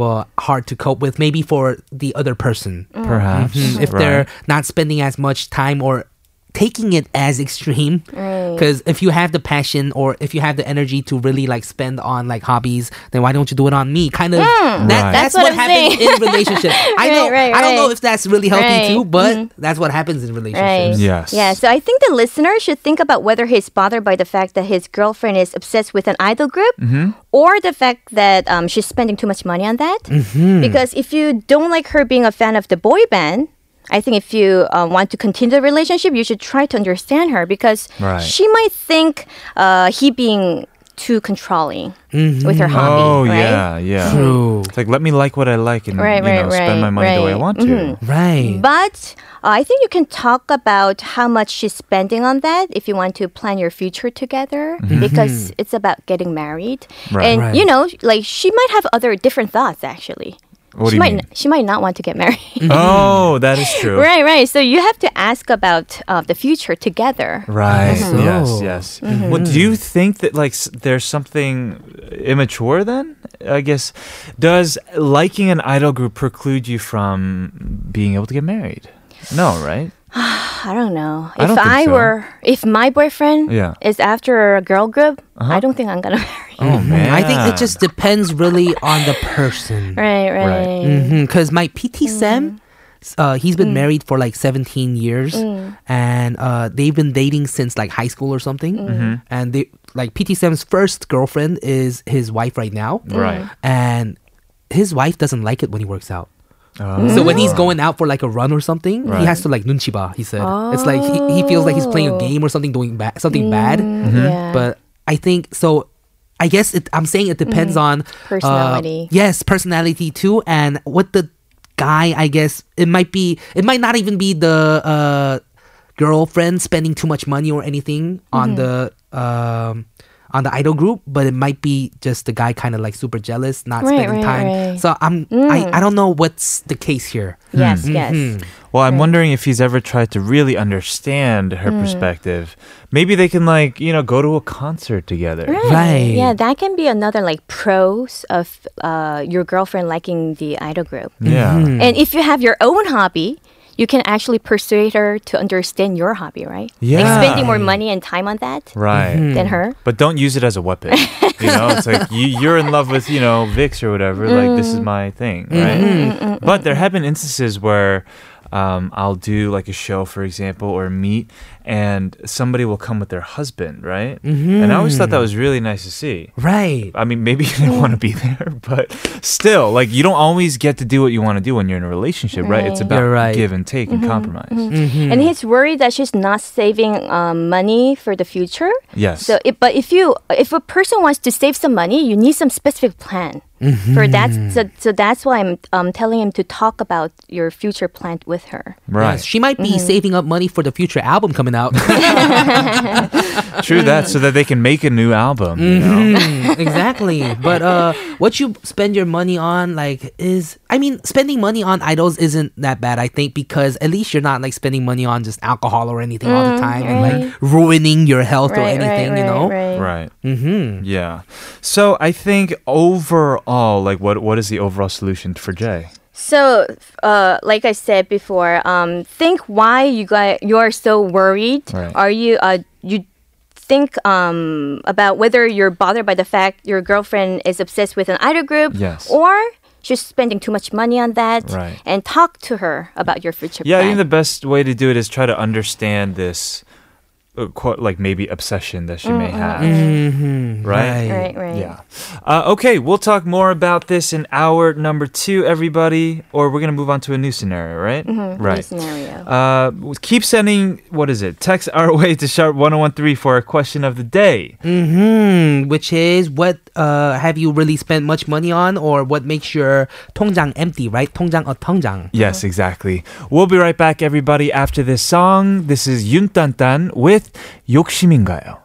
[SPEAKER 2] well hard to cope with. Maybe for the other person,
[SPEAKER 1] Perhaps.
[SPEAKER 6] Mm-hmm.
[SPEAKER 2] Mm, if
[SPEAKER 1] right.
[SPEAKER 2] they're not spending as much time or taking it as extreme because if you have the passion or if you have the energy to really like spend on like hobbies then why don't you do it on me kind of that,
[SPEAKER 1] Right.
[SPEAKER 2] that's,
[SPEAKER 6] Mm. That's
[SPEAKER 2] what,
[SPEAKER 6] what I'm
[SPEAKER 2] happens in
[SPEAKER 6] saying.
[SPEAKER 2] relationship i
[SPEAKER 6] Right,
[SPEAKER 2] know
[SPEAKER 6] right,
[SPEAKER 2] i don't know
[SPEAKER 6] right.
[SPEAKER 2] if that's really healthy
[SPEAKER 6] Right. Mm-hmm.
[SPEAKER 2] too but that's what happens in relationships
[SPEAKER 6] Right.
[SPEAKER 1] Yes.
[SPEAKER 6] Yeah. So I think the listener should think about whether he's bothered by the fact that his girlfriend is obsessed with an idol group,
[SPEAKER 1] Mm-hmm.
[SPEAKER 6] or the fact that um, she's spending too much money on that. Because if you don't like her being a fan of the boy band. I think if you uh, want to continue the relationship, you should try to understand her because
[SPEAKER 1] Right.
[SPEAKER 6] she might think uh, he being too controlling with her hobby.
[SPEAKER 1] Oh
[SPEAKER 6] right?
[SPEAKER 1] yeah, yeah.
[SPEAKER 2] True.
[SPEAKER 1] It's like let me like what I like and you
[SPEAKER 6] Right,
[SPEAKER 1] know,
[SPEAKER 6] right,
[SPEAKER 1] spend my
[SPEAKER 6] right,
[SPEAKER 1] money the way I
[SPEAKER 6] right. Mm-hmm.
[SPEAKER 1] want to.
[SPEAKER 2] right
[SPEAKER 6] But uh, I think you can talk about how much she's spending on that if you want to plan your future together because it's about getting married.
[SPEAKER 1] Mm-hmm. Right.
[SPEAKER 6] And
[SPEAKER 2] Right.
[SPEAKER 6] you know, like she might have other different thoughts actually.
[SPEAKER 1] What do you
[SPEAKER 6] she might
[SPEAKER 1] mean?
[SPEAKER 6] she might not want to get married.
[SPEAKER 1] Oh, that is true.
[SPEAKER 6] right, right. So you have to ask about uh, the future together.
[SPEAKER 1] Right.
[SPEAKER 2] Mhm.
[SPEAKER 1] Yes.
[SPEAKER 2] So-
[SPEAKER 1] Yes.
[SPEAKER 2] Mm-hmm.
[SPEAKER 1] Well, do you think that like s- there's something immature then? I guess does liking an idol group preclude you from being able to get married? No, right?
[SPEAKER 6] I don't know.
[SPEAKER 1] I
[SPEAKER 6] if
[SPEAKER 1] don't think
[SPEAKER 6] I
[SPEAKER 1] so.
[SPEAKER 6] were if my boyfriend
[SPEAKER 1] Yeah. Uh-huh.
[SPEAKER 6] is after a girl group, I don't think I'm going to marry.
[SPEAKER 1] Oh man.
[SPEAKER 2] Mm-hmm. i think it just depends really on the person
[SPEAKER 6] Right, right.
[SPEAKER 2] Because my PT Sam, s- uh, he's been married for like 17 years, and uh, they've been dating since like high school or something. And they like PT Sam's first girlfriend is his wife right now,
[SPEAKER 1] Right.
[SPEAKER 2] and his wife doesn't like it when he works out. So when he's
[SPEAKER 6] Mm-hmm.
[SPEAKER 2] going out for like a run or something, he
[SPEAKER 1] Right.
[SPEAKER 2] has to like nunchiba. He said it's like he, he feels like he's playing a game or something doing ba- something bad.
[SPEAKER 6] Oh. Mm, Yeah.
[SPEAKER 2] But I think so. I guess it, I'm saying it depends on uh,
[SPEAKER 6] Mm-hmm. Personality.
[SPEAKER 2] yes, personality too, and what the guy. I guess it might be. It might not even be the uh, girlfriend spending too much money or anything on
[SPEAKER 6] Mm-hmm.
[SPEAKER 2] the um, on the idol group, but it might be just the guy kind of like super jealous, not
[SPEAKER 6] Right,
[SPEAKER 2] spending
[SPEAKER 6] right,
[SPEAKER 2] time.
[SPEAKER 6] right. Mm.
[SPEAKER 2] So I'm. I, I don't know what's the case here.
[SPEAKER 6] Yes, yes.
[SPEAKER 1] Well,
[SPEAKER 2] Mm.
[SPEAKER 1] I'm wondering if he's ever tried to really understand her perspective. Maybe they can like you know go to a concert together.
[SPEAKER 2] Right.
[SPEAKER 6] Yeah, that can be another like pros of uh, your girlfriend liking the idol group.
[SPEAKER 2] Mm-hmm.
[SPEAKER 1] Yeah.
[SPEAKER 6] And if you have your own hobby, you can actually persuade her to understand your hobby, right?
[SPEAKER 1] Yeah.
[SPEAKER 6] Like spending more money and time on that
[SPEAKER 1] Right.
[SPEAKER 2] Mm-hmm.
[SPEAKER 6] than her.
[SPEAKER 1] But don't use it as a weapon. You know, it's like you, you're in love with, you know, Vix or whatever. Like, this
[SPEAKER 2] Mm.
[SPEAKER 1] is my thing,
[SPEAKER 2] Mm-hmm.
[SPEAKER 1] right? But there have been instances where um, I'll do like a show, for example, or a meet, and somebody will come with their husband, right? And I always thought that was
[SPEAKER 2] Mm-hmm.
[SPEAKER 1] really nice to see.
[SPEAKER 2] Right.
[SPEAKER 1] I mean, maybe you didn't want to be there, but still, like, you don't always get to do what you want to do when you're in a relationship, right? It's about
[SPEAKER 2] You're right.
[SPEAKER 1] give and take and compromise.
[SPEAKER 2] Mm-hmm.
[SPEAKER 6] And he's worried that she's not saving um, money for the future.
[SPEAKER 1] Yes.
[SPEAKER 6] So, if, but if you if a person wants to save some money, you need some specific plan
[SPEAKER 2] Mm-hmm.
[SPEAKER 6] for that. So, so that's why I'm um, telling him to talk about your future plan with her.
[SPEAKER 1] right.
[SPEAKER 2] Yes, she might be
[SPEAKER 6] Mm-hmm.
[SPEAKER 2] saving up money for the future album coming out.
[SPEAKER 1] True that, so that they can make a new album. You
[SPEAKER 2] Mm-hmm.
[SPEAKER 1] know?
[SPEAKER 2] Mm, exactly. But uh, what you spend your money on, like, is I mean, spending money on idols isn't that bad, I think, because at least you're not like spending money on just alcohol or anything all the
[SPEAKER 6] Mm,
[SPEAKER 2] time and like ruining your health or anything, you know.
[SPEAKER 1] Right. Mm-hmm. Yeah. So I think overall, like, what what is the overall solution for Jay?
[SPEAKER 6] So, uh, like I said before, um, think why you got you are so worried.
[SPEAKER 1] Right.
[SPEAKER 6] Are you uh, you think um, about whether you're bothered by the fact your girlfriend is obsessed with an idol group,
[SPEAKER 1] Yes.
[SPEAKER 6] or she's spending too much money on that,
[SPEAKER 1] Right.
[SPEAKER 6] and talk to her about your future.
[SPEAKER 1] Yeah, I
[SPEAKER 6] plan.
[SPEAKER 1] think the best way to do it is try to understand this uh, quote, like maybe obsession that she may have. Mm-hmm. Right?
[SPEAKER 6] Right, Mm-hmm. right.
[SPEAKER 1] Yeah. Uh, okay, we'll talk more about this in hour number two, everybody. Or we're going to move on to a new scenario, right?
[SPEAKER 6] Mm-hmm. New
[SPEAKER 1] Right.
[SPEAKER 6] scenario.
[SPEAKER 1] Uh, keep sending, what is it? Text our way to sharp 1013 for our question of the day.
[SPEAKER 2] Hmm, which is what uh, have you really spent much money on, or what makes your 통장 empty, right? 통장 or 통장.
[SPEAKER 1] Yes, exactly. We'll be right back, everybody, after this song. This is 윤딴딴 with 욕심인가요?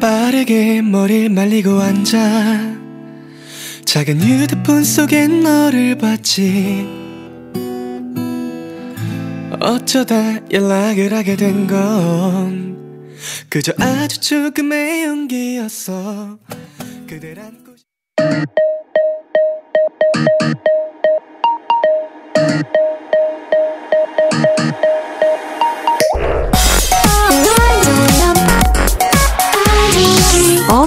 [SPEAKER 5] 빠르게 머리를 말리고 앉아 작은 휴대폰 속에 너를 봤지 어쩌다 연락을 하게 된 건 그저 아주 조금의 용기였어 그댈 안고 싶-
[SPEAKER 7] All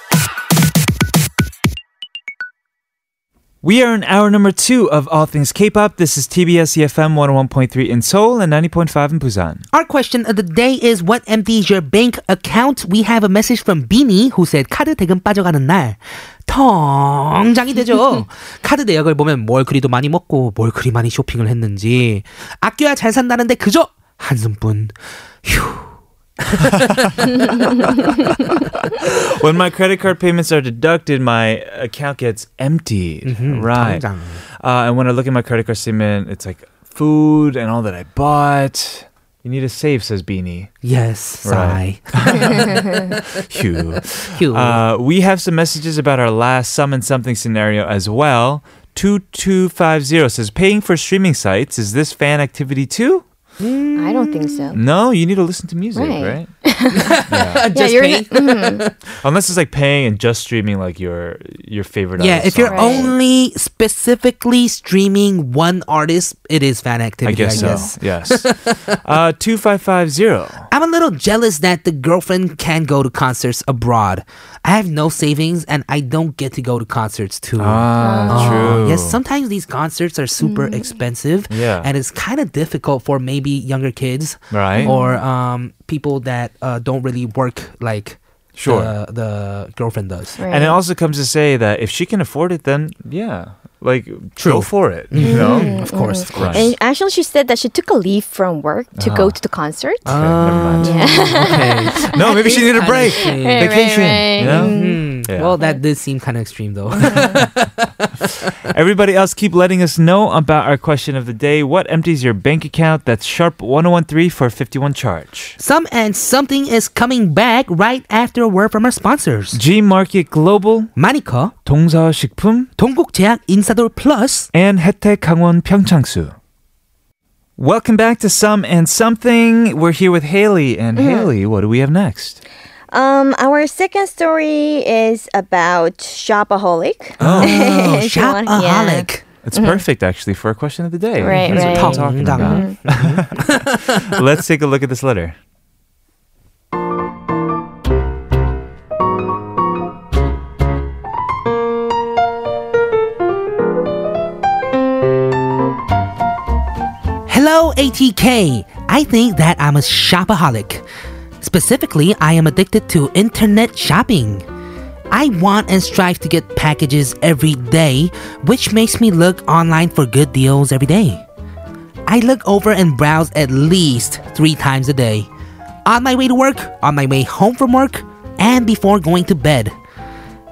[SPEAKER 1] We are in hour number two of All Things K-pop. This is TBS EFM 101.3 in Seoul and 90.5 in Busan.
[SPEAKER 2] Our question of the day is what empties your bank account? We have a message from Beanie who said 카드 대금 빠져가는 날 통장이 되죠. 카드 내역을 보면 뭘 그리도 많이 먹고 뭘 그리 많이 쇼핑을 했는지 아껴야 잘 산다는데 그저 한숨뿐. 휴.
[SPEAKER 1] When my credit card payments are deducted, my account gets emptied. Right. Uh,
[SPEAKER 2] 통장.
[SPEAKER 1] and when I look at my credit card statement, it's like food and all that I bought. You need to save, says Beanie.
[SPEAKER 2] Yes.
[SPEAKER 1] Right.
[SPEAKER 2] Right.
[SPEAKER 1] Phew.
[SPEAKER 2] Hugh.
[SPEAKER 1] Uh, we have some messages about our last summon something scenario as well. 2250 says, paying for streaming sites, is this fan activity too?
[SPEAKER 6] I don't think so.
[SPEAKER 1] No, you need to listen to music, right?
[SPEAKER 6] Right.
[SPEAKER 2] Uh, Just
[SPEAKER 6] you're
[SPEAKER 2] paying-
[SPEAKER 1] Unless it's like paying and just streaming like your your favorite.
[SPEAKER 2] Yeah,
[SPEAKER 1] artist
[SPEAKER 2] if you're
[SPEAKER 1] song.
[SPEAKER 6] Right.
[SPEAKER 2] only specifically streaming one artist, it is fan
[SPEAKER 1] I
[SPEAKER 2] activity.
[SPEAKER 1] guess so. Yes. uh, two five five zero.
[SPEAKER 2] I'm a little jealous that the girlfriend can go to concerts abroad. I have no savings and I don't get to go to concerts too.
[SPEAKER 1] Ah,
[SPEAKER 2] Uh,
[SPEAKER 1] true.
[SPEAKER 2] Yes, sometimes these concerts are super expensive.
[SPEAKER 1] Yeah.
[SPEAKER 2] And it's kind of difficult for maybe younger kids
[SPEAKER 1] Right.
[SPEAKER 2] or um, people that uh, don't really work like
[SPEAKER 1] Sure.
[SPEAKER 2] the, the girlfriend does.
[SPEAKER 6] Right.
[SPEAKER 1] And it also comes to say that if she can afford it, then yeah, like go
[SPEAKER 2] True.
[SPEAKER 1] for it. You know,
[SPEAKER 2] Of course, of course.
[SPEAKER 6] And actually, she said that she took a leave from work to go
[SPEAKER 1] Ah.
[SPEAKER 6] to the concert.
[SPEAKER 1] Okay, never mind.
[SPEAKER 2] Um,
[SPEAKER 1] no, maybe she needed a break,
[SPEAKER 6] Right, Mm-hmm. right,
[SPEAKER 1] vacation. You know.
[SPEAKER 2] Mm,
[SPEAKER 1] Yeah.
[SPEAKER 2] Well, that did seem kind of extreme though.
[SPEAKER 1] Everybody else, keep letting us know about our question of the day. What empties your bank account? That's sharp 1013 for 51 charge.
[SPEAKER 2] Some and something is coming back right after a word from our sponsors.
[SPEAKER 1] G Market Global,
[SPEAKER 2] 마니커,
[SPEAKER 1] 동서식품,
[SPEAKER 2] 동국제약, 인사돌 플러스.
[SPEAKER 1] and 혜택 강원 평창수. Welcome back to Some and Something. We're here with Haley. And
[SPEAKER 6] Mm-hmm.
[SPEAKER 1] Haley, what do we have next?
[SPEAKER 6] Um, our second story is about shopaholic.
[SPEAKER 2] Oh,
[SPEAKER 6] If you want-
[SPEAKER 2] shopaholic.
[SPEAKER 1] It's perfect, actually, for a question of the day.
[SPEAKER 6] Mm-hmm. Right, Mm-hmm.
[SPEAKER 1] That's what
[SPEAKER 2] right.
[SPEAKER 1] we're talking about. Let's take a look at this letter.
[SPEAKER 2] Hello, ATK. I think that I'm a shopaholic. Specifically, I am addicted to internet shopping. I want and strive to get packages every day, which makes me look online for good deals every day. I look over and browse at least three times a day on my way to work, on my way home from work, and before going to bed.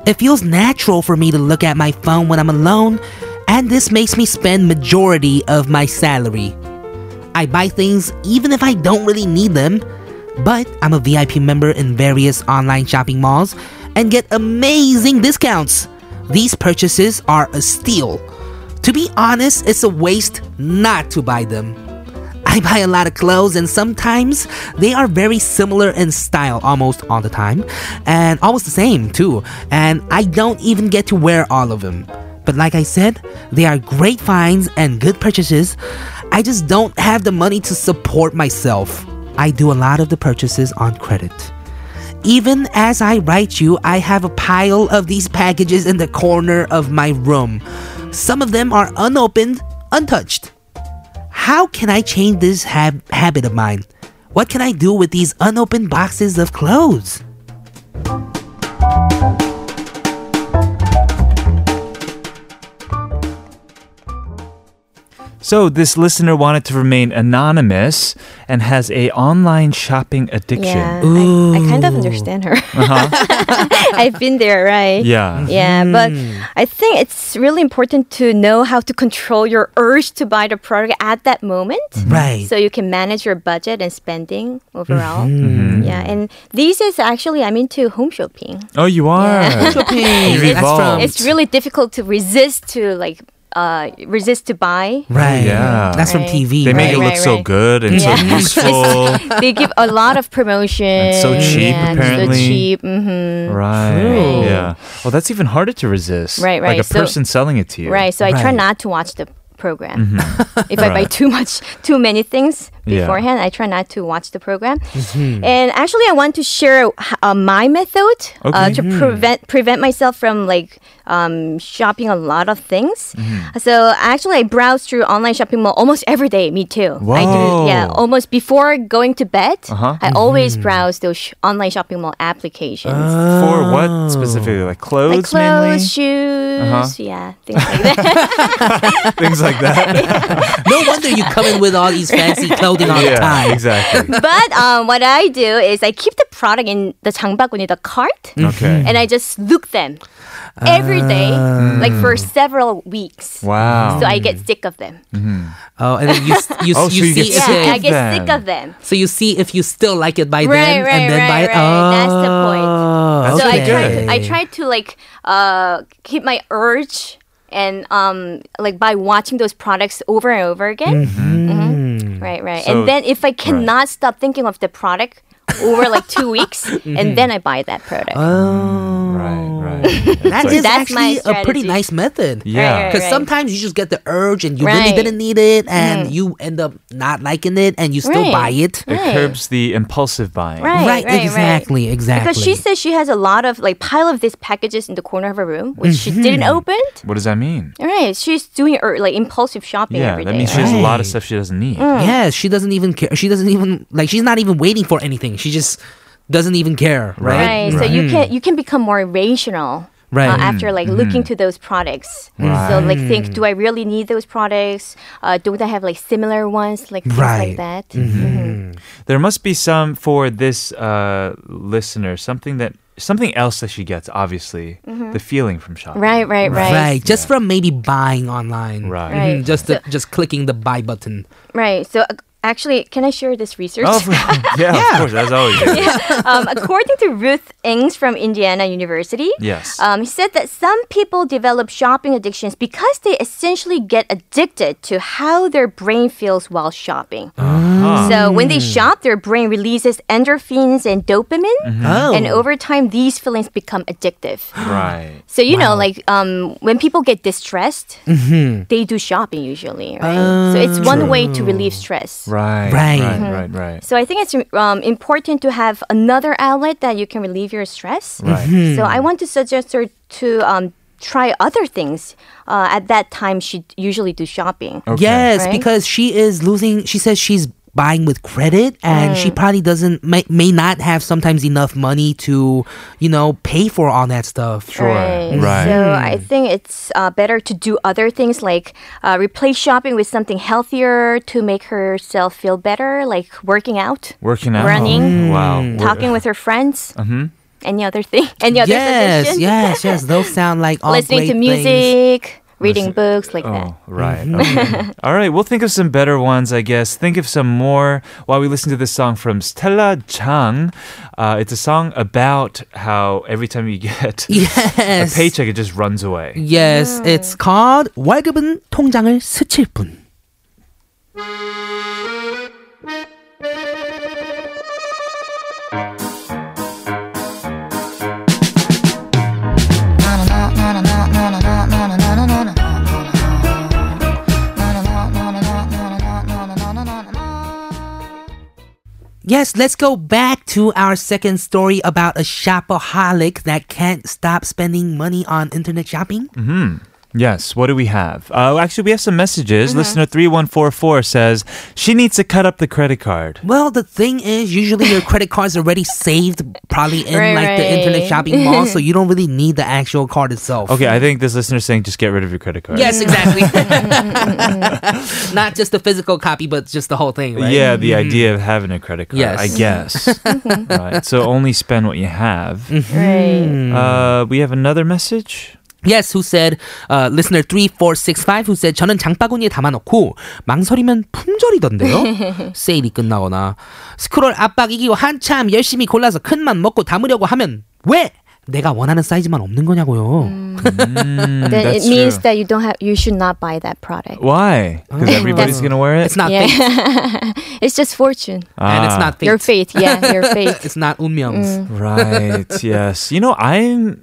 [SPEAKER 2] It feels natural for me to look at my phone when I'm alone, and this makes me spend majority of my salary. I buy things even if I don't really need them, but I'm a VIP member in various online shopping malls and get amazing discounts. These purchases are a steal. To be honest, it's a waste not to buy them. I buy a lot of clothes and sometimes they are very similar in style almost all the time and almost the same too. And I don't even get to wear all of them. But like I said, they are great finds and good purchases. I just don't have the money to support myself. I do a lot of the purchases on credit. Even as I write you, I have a pile of these packages in the corner of my room. Some of them are unopened, untouched. How can I change this hab- habit of mine? What can I do with these unopened boxes of clothes?
[SPEAKER 1] So this listener wanted to remain anonymous and has a online shopping addiction.
[SPEAKER 6] Yeah, I, I kind of understand her.
[SPEAKER 2] Uh-huh.
[SPEAKER 6] I've been there, right?
[SPEAKER 1] Yeah.
[SPEAKER 6] Yeah, but
[SPEAKER 2] Hmm.
[SPEAKER 6] I think it's really important to know how to control your urge to buy the product at that moment.
[SPEAKER 2] Right.
[SPEAKER 6] So you can manage your budget and spending overall.
[SPEAKER 2] Mm-hmm.
[SPEAKER 6] Yeah, and these is actually I'm into home shopping.
[SPEAKER 1] Oh, you are.
[SPEAKER 2] Shopping.
[SPEAKER 1] You
[SPEAKER 2] That's from-
[SPEAKER 1] evolved.
[SPEAKER 6] It's really difficult to resist to like uh resist to buy.
[SPEAKER 2] Right.
[SPEAKER 1] Yeah.
[SPEAKER 2] That's from
[SPEAKER 6] Right.
[SPEAKER 2] TV.
[SPEAKER 1] They make
[SPEAKER 2] right?
[SPEAKER 1] it look
[SPEAKER 6] right,
[SPEAKER 1] so
[SPEAKER 6] right.
[SPEAKER 1] good and so
[SPEAKER 6] Yeah.
[SPEAKER 1] useful.
[SPEAKER 6] they give a lot of promotion.
[SPEAKER 1] It's so cheap,
[SPEAKER 6] yeah,
[SPEAKER 1] apparently.
[SPEAKER 6] So cheap. hmm
[SPEAKER 1] right.
[SPEAKER 2] True.
[SPEAKER 1] Yeah. Well, that's even harder to resist.
[SPEAKER 6] Right,
[SPEAKER 1] Like a
[SPEAKER 6] right. So-
[SPEAKER 1] person selling it to you.
[SPEAKER 6] Right. So I try
[SPEAKER 2] Right.
[SPEAKER 6] not to watch the program. if I buy too much, too many things
[SPEAKER 1] Mm-hmm. Yeah. Mm-hmm.
[SPEAKER 6] beforehand, I try not to watch the program. And actually, I want to share uh, my method uh,
[SPEAKER 1] Okay.
[SPEAKER 6] to prevent prevent myself from like um, shopping a lot of things.
[SPEAKER 1] Mm-hmm.
[SPEAKER 6] So actually, I browse through online shopping mall almost every day. Me too. I
[SPEAKER 1] Wow.
[SPEAKER 6] do. Yeah, almost before going to bed,
[SPEAKER 1] Uh-huh.
[SPEAKER 6] I always browse those sh- online shopping mall applications.
[SPEAKER 1] For what specifically? Like clothes,
[SPEAKER 6] like
[SPEAKER 1] mainly? Uh-huh.
[SPEAKER 6] clothes, shoes, yeah, things like that.
[SPEAKER 1] Things like that.
[SPEAKER 2] No wonder you come in with all these fancy clothing all the
[SPEAKER 1] yeah,
[SPEAKER 2] time.
[SPEAKER 1] exactly.
[SPEAKER 6] but um, what I do is I keep the product in the 장바구니, the cart,
[SPEAKER 1] Okay.
[SPEAKER 6] and I just look them every day, like for several weeks.
[SPEAKER 1] Ah. Wow.
[SPEAKER 6] So I get sick of them.
[SPEAKER 2] Oh, and then you s- you,
[SPEAKER 1] Oh,
[SPEAKER 2] s-
[SPEAKER 1] so
[SPEAKER 2] you
[SPEAKER 1] you get
[SPEAKER 2] see
[SPEAKER 6] Yeah,
[SPEAKER 2] if
[SPEAKER 1] sick of
[SPEAKER 6] I
[SPEAKER 2] it,
[SPEAKER 6] get
[SPEAKER 1] them.
[SPEAKER 6] sick of them.
[SPEAKER 2] so you see if you still like it by
[SPEAKER 6] Right,
[SPEAKER 2] then
[SPEAKER 6] right,
[SPEAKER 2] and then
[SPEAKER 6] right,
[SPEAKER 2] by
[SPEAKER 6] right. That's the point.
[SPEAKER 2] Oh,
[SPEAKER 6] So I
[SPEAKER 2] okay.
[SPEAKER 6] try to, I try to like uh, keep my urge and um, like by watching those products over and over again.
[SPEAKER 2] Mm-hmm.
[SPEAKER 6] Mhm. Right, right.
[SPEAKER 1] So-
[SPEAKER 6] and then if I cannot stop thinking of the product over like two weeks,
[SPEAKER 2] Mm-hmm.
[SPEAKER 6] and then I buy that product.
[SPEAKER 2] Uh, Oh.
[SPEAKER 1] Right, right.
[SPEAKER 2] That is
[SPEAKER 6] That's
[SPEAKER 2] actually
[SPEAKER 6] my
[SPEAKER 2] a pretty
[SPEAKER 6] strategy.
[SPEAKER 2] nice method.
[SPEAKER 1] Yeah.
[SPEAKER 6] Right, right,
[SPEAKER 2] Because sometimes you just get the urge and you really
[SPEAKER 6] Right. Mm-hmm.
[SPEAKER 2] didn't need it and you end up not liking it and you still
[SPEAKER 6] Right.
[SPEAKER 2] buy it.
[SPEAKER 1] It curbs the impulsive buying.
[SPEAKER 6] Right, right, right.
[SPEAKER 2] exactly, exactly.
[SPEAKER 6] Because she says she has a lot of like pile of these packages in the corner of her room, which she
[SPEAKER 2] Mm-hmm.
[SPEAKER 6] didn't open.
[SPEAKER 1] What does that mean?
[SPEAKER 6] Right, she's doing er, like impulsive shopping
[SPEAKER 1] Yeah,
[SPEAKER 6] every
[SPEAKER 1] that
[SPEAKER 6] day.
[SPEAKER 1] means she
[SPEAKER 6] right?
[SPEAKER 1] has a lot of
[SPEAKER 2] Right.
[SPEAKER 1] stuff she doesn't need.
[SPEAKER 2] Yes, she doesn't even care. She doesn't even like. She's not even waiting for anything. She just doesn't even care, right? Mm.
[SPEAKER 6] Right, so you can you can become more rational.
[SPEAKER 2] Right. Mm-hmm.
[SPEAKER 6] uh, after like looking to those products, so like think, do I really need those products? Uh, don't I have like similar ones, like things
[SPEAKER 2] Right. Mm-hmm.
[SPEAKER 6] like that?
[SPEAKER 1] There must be some for this uh, listener, something that something else that she gets, obviously. The feeling from shopping.
[SPEAKER 6] Mm-hmm. Right, right, right,
[SPEAKER 2] Right, just from maybe buying online,
[SPEAKER 1] Right.
[SPEAKER 6] Right.
[SPEAKER 2] Mhm, Just the, just clicking the buy button.
[SPEAKER 6] right. So uh, actually, can I share this research?
[SPEAKER 1] Oh, yeah, of course, as always. Yeah.
[SPEAKER 6] um, according to Ruth Ings from Indiana University,
[SPEAKER 1] Yes.
[SPEAKER 6] um, he said that some people develop shopping addictions because they essentially get addicted to how their brain feels while shopping. So when they shop, their brain releases endorphins and dopamine,
[SPEAKER 2] Oh,
[SPEAKER 6] and over time, these feelings become addictive.
[SPEAKER 1] Right.
[SPEAKER 6] So you know, like um, when people get distressed, they do shopping usually, right? so it's one way to relieve stress.
[SPEAKER 1] Right.
[SPEAKER 2] Right.
[SPEAKER 1] Right. Right. Right.
[SPEAKER 6] So I think it's um, important to have another outlet that you can relieve your stress.
[SPEAKER 1] Right.
[SPEAKER 6] So I want to suggest her to um, try other things. Uh, at that time, she usually do shopping.
[SPEAKER 1] Okay.
[SPEAKER 2] yes,
[SPEAKER 6] Right?
[SPEAKER 2] because she is losing. She says she's buying with credit, and
[SPEAKER 6] Mm.
[SPEAKER 2] she probably doesn't may, may not have sometimes enough money to, you know, pay for all that stuff.
[SPEAKER 1] Sure. Right.
[SPEAKER 6] So I think it's uh, better to do other things like uh, replace shopping with something healthier to make herself feel better, like working out,
[SPEAKER 1] Working out. Oh,
[SPEAKER 6] Running.
[SPEAKER 1] Wow.
[SPEAKER 2] Mm.
[SPEAKER 1] Wor-
[SPEAKER 6] talking with her friends. Any other thing? Any other
[SPEAKER 2] Mm-hmm. yes,
[SPEAKER 6] suggestion?
[SPEAKER 2] yes, yes. Those sound like all
[SPEAKER 6] Listening
[SPEAKER 2] great
[SPEAKER 6] to
[SPEAKER 2] things.
[SPEAKER 6] music, reading books, like that. Mm-hmm.
[SPEAKER 1] Oh, right. Okay. All right. We'll think of some better ones, I guess. Think of some more while we listen to this song from Stella Chang. Uh, it's a song about how every time you get a
[SPEAKER 2] Yes.
[SPEAKER 1] paycheck, it just runs away.
[SPEAKER 2] Yes, it's called 월급은 통장을 스칠 뿐. Yes, let's go back to our second story about a shopaholic that can't stop spending money on internet shopping.
[SPEAKER 1] Yes, what do we have? Uh, actually, we have some messages.
[SPEAKER 2] Mm-hmm.
[SPEAKER 1] Listener 3144 says she needs to cut up the credit card.
[SPEAKER 2] Well, the thing is, usually your credit card's already saved, probably in
[SPEAKER 6] Right,
[SPEAKER 2] like the internet
[SPEAKER 6] right.
[SPEAKER 2] shopping mall, so you don't really need the actual card itself.
[SPEAKER 1] Okay, I think this listener's saying just get rid of your credit card.
[SPEAKER 2] Yes, exactly. Not just the physical copy, but just the whole thing, right?
[SPEAKER 1] Yeah, the idea of having a credit card,
[SPEAKER 2] Mm-hmm. Yes. Mm-hmm.
[SPEAKER 1] I guess. right. So only spend what you have.
[SPEAKER 6] Mm-hmm. Right.
[SPEAKER 1] Uh, we have another message.
[SPEAKER 2] Yes, who said uh, listener 3465 who said 저는 장바구니에 담아놓고 망설이면 품절이던데요. 세일이 끝나거나 스크롤 압박 이기고 한참 열심히 골라서 큰 맘 먹고 담으려고 하면 왜 내가 원하는 사이즈만 없는 거냐고요.
[SPEAKER 6] 음, Then it
[SPEAKER 1] Mm, that's
[SPEAKER 6] means
[SPEAKER 1] true.
[SPEAKER 6] that you don't have you should not buy that product.
[SPEAKER 1] Why? Because everybody's going to wear it?
[SPEAKER 2] Oh. It's not
[SPEAKER 6] Yeah.
[SPEAKER 2] fate
[SPEAKER 6] It's just fortune.
[SPEAKER 2] and it's
[SPEAKER 1] Ah.
[SPEAKER 2] not fate.
[SPEAKER 6] Your faith, yeah, your faith.
[SPEAKER 2] It's not
[SPEAKER 6] Mm,
[SPEAKER 2] 운명s.
[SPEAKER 1] Right. yes. You know, I'm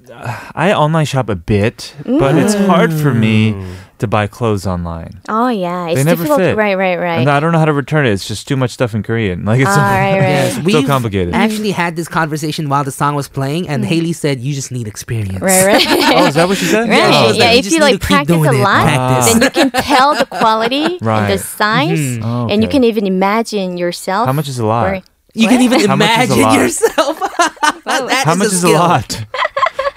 [SPEAKER 1] I online shop a bit, but it's hard for me to buy clothes online.
[SPEAKER 6] Oh yeah, it's
[SPEAKER 1] they never
[SPEAKER 6] difficult.
[SPEAKER 1] fit.
[SPEAKER 6] Right, right, right.
[SPEAKER 1] And I don't know how to return it. It's just too much stuff in Korean. Like it's
[SPEAKER 6] Ah, right, right.
[SPEAKER 2] Yes,
[SPEAKER 1] so
[SPEAKER 2] we've
[SPEAKER 1] complicated.
[SPEAKER 2] Actually, had this conversation while the song was playing, and Haley said, "You just need experience."
[SPEAKER 6] Mm. Right, right.
[SPEAKER 1] oh, is that what she said?
[SPEAKER 6] Right.
[SPEAKER 1] Oh,
[SPEAKER 2] Yeah,
[SPEAKER 1] okay.
[SPEAKER 6] yeah,
[SPEAKER 2] you
[SPEAKER 6] if
[SPEAKER 2] just
[SPEAKER 6] you
[SPEAKER 2] need to
[SPEAKER 6] like
[SPEAKER 2] keep
[SPEAKER 6] practice a
[SPEAKER 2] doing it.
[SPEAKER 6] lot,
[SPEAKER 2] Practice.
[SPEAKER 6] then you can tell the quality and
[SPEAKER 1] Right.
[SPEAKER 6] the size,
[SPEAKER 1] Oh,
[SPEAKER 6] and you
[SPEAKER 1] okay.
[SPEAKER 6] can even imagine yourself.
[SPEAKER 1] How much is a lot?
[SPEAKER 6] Or-
[SPEAKER 2] You can even
[SPEAKER 1] How much is a
[SPEAKER 2] imagine
[SPEAKER 1] lot?
[SPEAKER 2] yourself. That
[SPEAKER 1] How much
[SPEAKER 2] a
[SPEAKER 1] is a
[SPEAKER 2] skill.
[SPEAKER 1] lot?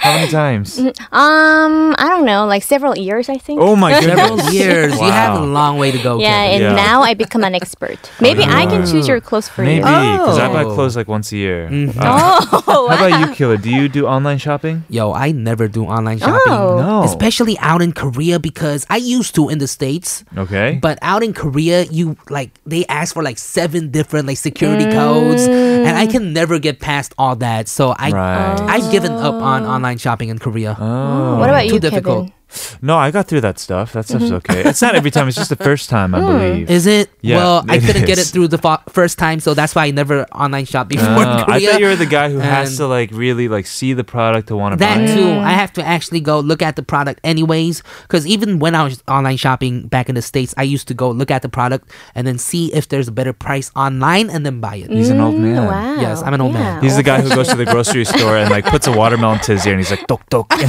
[SPEAKER 1] How many times?
[SPEAKER 6] um, I don't know, like several years, I think.
[SPEAKER 1] Oh my
[SPEAKER 2] Several
[SPEAKER 1] goodness.
[SPEAKER 2] years. You have a
[SPEAKER 1] Wow.
[SPEAKER 2] long way to go.
[SPEAKER 6] yeah,
[SPEAKER 2] Kevin.
[SPEAKER 6] and
[SPEAKER 1] Yeah. Oh.
[SPEAKER 6] now I become an expert. Maybe I can choose your clothes for
[SPEAKER 1] Maybe
[SPEAKER 6] you.
[SPEAKER 1] because I buy
[SPEAKER 2] Oh. Mm-hmm.
[SPEAKER 1] clothes like once a year. Uh,
[SPEAKER 6] Oh,
[SPEAKER 1] How about you, Killer? Do you do online shopping?
[SPEAKER 2] Yo, I never do online shopping.
[SPEAKER 6] oh.
[SPEAKER 1] No.
[SPEAKER 2] Especially out in Korea because I used to in the States.
[SPEAKER 1] Okay.
[SPEAKER 2] But out in Korea, you like they ask for like seven different like security codes, and I can never get past all that. So I
[SPEAKER 1] Right. Oh.
[SPEAKER 2] I've given up on online shopping in Korea.
[SPEAKER 6] Oh. What about
[SPEAKER 2] Too
[SPEAKER 6] you,
[SPEAKER 2] difficult.
[SPEAKER 6] Kevin?
[SPEAKER 1] No, I got through that stuff. That stuff's
[SPEAKER 6] Mm-hmm.
[SPEAKER 1] okay. It's not every time. It's just the first time,
[SPEAKER 6] Hmm.
[SPEAKER 1] I believe.
[SPEAKER 2] Is it?
[SPEAKER 1] Yeah,
[SPEAKER 2] well, I
[SPEAKER 1] it
[SPEAKER 2] couldn't get it
[SPEAKER 1] is.
[SPEAKER 2] through the fo- first time, so that's why I never online shopped before in
[SPEAKER 1] Oh, I
[SPEAKER 2] Korea.
[SPEAKER 1] thought you were the guy who has
[SPEAKER 2] And-
[SPEAKER 1] to like really like see the product to want to buy it.
[SPEAKER 2] that too. I have to actually go look at the product anyways. Because even when I was online shopping back in the States, I used to go look at the product and then see if there's a better price online and then buy it.
[SPEAKER 1] He's an old man.
[SPEAKER 6] Mm, Wow.
[SPEAKER 2] Yes, I'm an old man.
[SPEAKER 1] He's the guy who goes to the grocery store and like puts a watermelon to his ear and he's like, "Tok tok."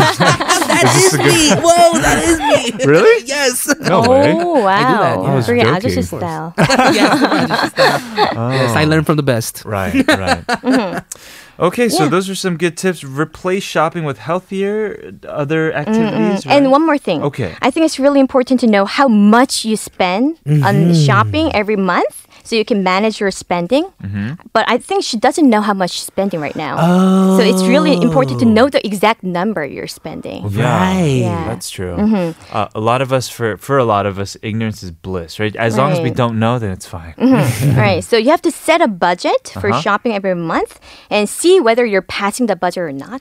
[SPEAKER 2] That is, me. Whoa, that is me.
[SPEAKER 1] Really?
[SPEAKER 2] yes.
[SPEAKER 1] No way.
[SPEAKER 6] Oh wow!
[SPEAKER 2] I was
[SPEAKER 6] Korean
[SPEAKER 1] joking.
[SPEAKER 6] 아저씨
[SPEAKER 1] Of course.
[SPEAKER 6] style.
[SPEAKER 2] yes. yes, I learned from the best.
[SPEAKER 1] Right, right.
[SPEAKER 6] Mm-hmm.
[SPEAKER 1] Okay, so those are some good tips. Replace shopping with healthier uh, other activities. right?
[SPEAKER 6] And one more thing.
[SPEAKER 1] Okay.
[SPEAKER 6] I think it's really important to know how much you spend on
[SPEAKER 1] Mm-hmm.
[SPEAKER 6] shopping every month so you can manage your spending.
[SPEAKER 1] Mm-hmm.
[SPEAKER 6] But I think she doesn't know how much she's spending right now. So it's really important to know the
[SPEAKER 1] Oh.
[SPEAKER 6] exact number you're spending.
[SPEAKER 1] Yeah,
[SPEAKER 2] Right.
[SPEAKER 6] Yeah. Mm-hmm.
[SPEAKER 1] That's true. Uh, a lot of us, for for a lot of us, ignorance is bliss, right? As long as we
[SPEAKER 6] Right. Mm-hmm.
[SPEAKER 1] don't know, then it's fine.
[SPEAKER 6] right. So you have to set a budget for
[SPEAKER 1] Uh-huh.
[SPEAKER 6] shopping every month and see whether you're passing the budget or not.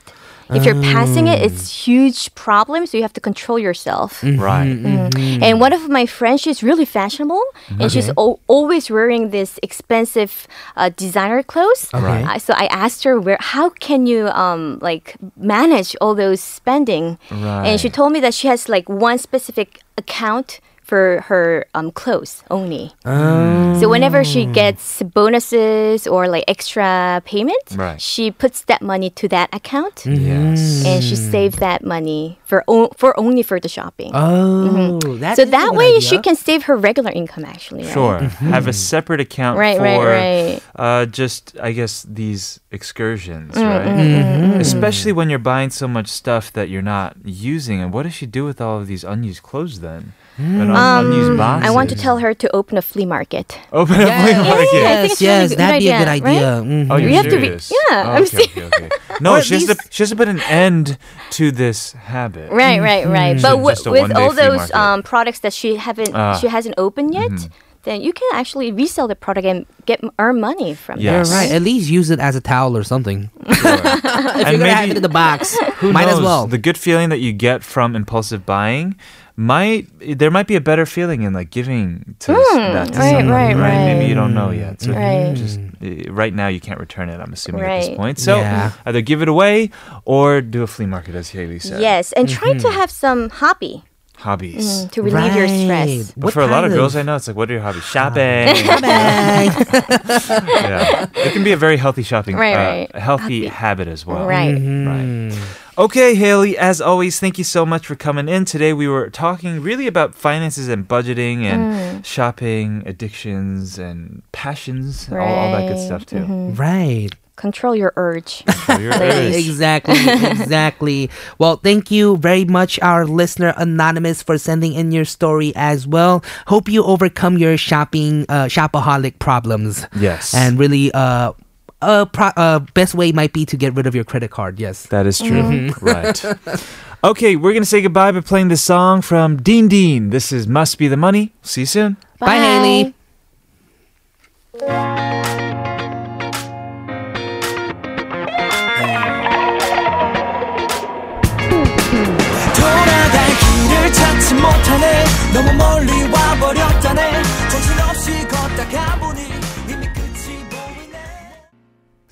[SPEAKER 6] If you're passing
[SPEAKER 1] Mm.
[SPEAKER 6] it, it's huge problem, so you have to control yourself.
[SPEAKER 1] Right.
[SPEAKER 6] Mm-hmm. And one of my friends, she's really fashionable, and she's al always wearing this expensive uh, designer clothes.
[SPEAKER 2] Okay.
[SPEAKER 6] Uh, so I asked her, "Where? How can you um like manage all those spending?" Mm-hmm. And she
[SPEAKER 1] Right.
[SPEAKER 6] told me that she has like one specific account for her um clothes only.
[SPEAKER 1] Ah.
[SPEAKER 6] So whenever she gets bonuses or like extra payment,
[SPEAKER 1] Right.
[SPEAKER 6] she puts that money to that account.
[SPEAKER 1] Yes.
[SPEAKER 6] And she saved that money for o- for only for the shopping.
[SPEAKER 2] Oh, that
[SPEAKER 6] Mm-hmm. So
[SPEAKER 2] is a
[SPEAKER 6] that
[SPEAKER 2] good
[SPEAKER 6] way
[SPEAKER 2] idea.
[SPEAKER 6] she can save her regular income actually. Right?
[SPEAKER 1] Sure. Have a separate account
[SPEAKER 6] Right,
[SPEAKER 1] for
[SPEAKER 6] right, right.
[SPEAKER 1] Uh, just, I guess, these excursions,
[SPEAKER 6] Mm,
[SPEAKER 1] right? Especially when you're buying so much stuff that you're not using. And what does she do with all of these unused clothes then? And un-
[SPEAKER 2] Mm.
[SPEAKER 1] unused boxes.
[SPEAKER 6] Um, I want to tell her to open a flea market.
[SPEAKER 1] Open up
[SPEAKER 2] Yes.
[SPEAKER 1] flea market.
[SPEAKER 6] Yeah, I
[SPEAKER 2] Yes,
[SPEAKER 6] think it's really
[SPEAKER 2] yes,
[SPEAKER 6] good
[SPEAKER 2] that'd be a
[SPEAKER 6] idea,
[SPEAKER 2] good idea. Mhm.
[SPEAKER 1] Oh, you're
[SPEAKER 6] You have to be-
[SPEAKER 1] serious?
[SPEAKER 6] yeah,
[SPEAKER 1] Oh,
[SPEAKER 6] I'm
[SPEAKER 1] okay, okay, okay.
[SPEAKER 2] Or
[SPEAKER 1] No,
[SPEAKER 2] at
[SPEAKER 1] she has, to,
[SPEAKER 2] least-
[SPEAKER 1] she has to put an end to this habit.
[SPEAKER 6] Right, right, right. But
[SPEAKER 1] So
[SPEAKER 6] wi-
[SPEAKER 1] just a
[SPEAKER 6] with
[SPEAKER 1] one-day
[SPEAKER 6] all
[SPEAKER 1] flea
[SPEAKER 6] those
[SPEAKER 1] market.
[SPEAKER 6] um, products that she haven't
[SPEAKER 1] Ah. Mm-hmm.
[SPEAKER 6] she hasn't opened yet, then you can actually resell the product and get earn money from
[SPEAKER 1] Yeah.
[SPEAKER 2] You're
[SPEAKER 6] it.
[SPEAKER 2] right. At least use it as a towel or something. if
[SPEAKER 1] And
[SPEAKER 2] you're gonna have
[SPEAKER 1] maybe-
[SPEAKER 2] it in the box,
[SPEAKER 1] Who
[SPEAKER 2] might
[SPEAKER 1] knows?
[SPEAKER 2] as well.
[SPEAKER 1] The good feeling that you get from impulsive buying might there might be a better feeling in like giving to s- that to
[SPEAKER 6] Hmm, right,
[SPEAKER 1] somebody, right,
[SPEAKER 6] right,
[SPEAKER 1] Maybe
[SPEAKER 6] right.
[SPEAKER 1] you don't know yet. So
[SPEAKER 6] Right.
[SPEAKER 1] just uh, right now you can't return it. I'm assuming at this
[SPEAKER 6] Right.
[SPEAKER 1] point. So
[SPEAKER 2] Yeah.
[SPEAKER 1] either give it away or do a flea market, as Haley said.
[SPEAKER 2] Mm-hmm.
[SPEAKER 6] Yes, and try to have some hobby.
[SPEAKER 1] hobbies.
[SPEAKER 6] to relieve your
[SPEAKER 2] Right.
[SPEAKER 6] stress.
[SPEAKER 1] But
[SPEAKER 2] What
[SPEAKER 1] for a lot of
[SPEAKER 2] kind
[SPEAKER 1] girls I know, it's like, what are your hobbies? Shopping. yeah. It can be a very healthy shopping,
[SPEAKER 6] Right,
[SPEAKER 1] uh,
[SPEAKER 6] right.
[SPEAKER 1] healthy habit as well.
[SPEAKER 6] Right.
[SPEAKER 2] Mm-hmm.
[SPEAKER 1] Right. Okay, Haley, as always, thank you so much for coming in. Today we were talking really about finances and budgeting
[SPEAKER 6] Mm.
[SPEAKER 1] and shopping, addictions and passions, all, all that good
[SPEAKER 6] Right.
[SPEAKER 1] stuff
[SPEAKER 6] Mm-hmm.
[SPEAKER 1] too.
[SPEAKER 2] Right.
[SPEAKER 6] Control your urge.
[SPEAKER 1] So you're right.
[SPEAKER 2] Exactly, exactly. Well, thank you very much, our listener anonymous, for sending in your story as well. Hope you overcome your shopping uh, shopaholic problems.
[SPEAKER 1] Yes.
[SPEAKER 2] and really, uh, uh, pro- uh, best way might be to get rid of your credit card. Yes.
[SPEAKER 1] That is true.
[SPEAKER 6] Mm-hmm.
[SPEAKER 1] Right. Okay, we're going to say goodbye by playing this song from Dean Dean. This is Must Be the Money. See you soon.
[SPEAKER 2] Bye, Haley.
[SPEAKER 5] 돌아갈 길을 찾지 못하네 너무 멀리 와버렸다네 정신없이 걷다 가보니 이미 끝이 보이네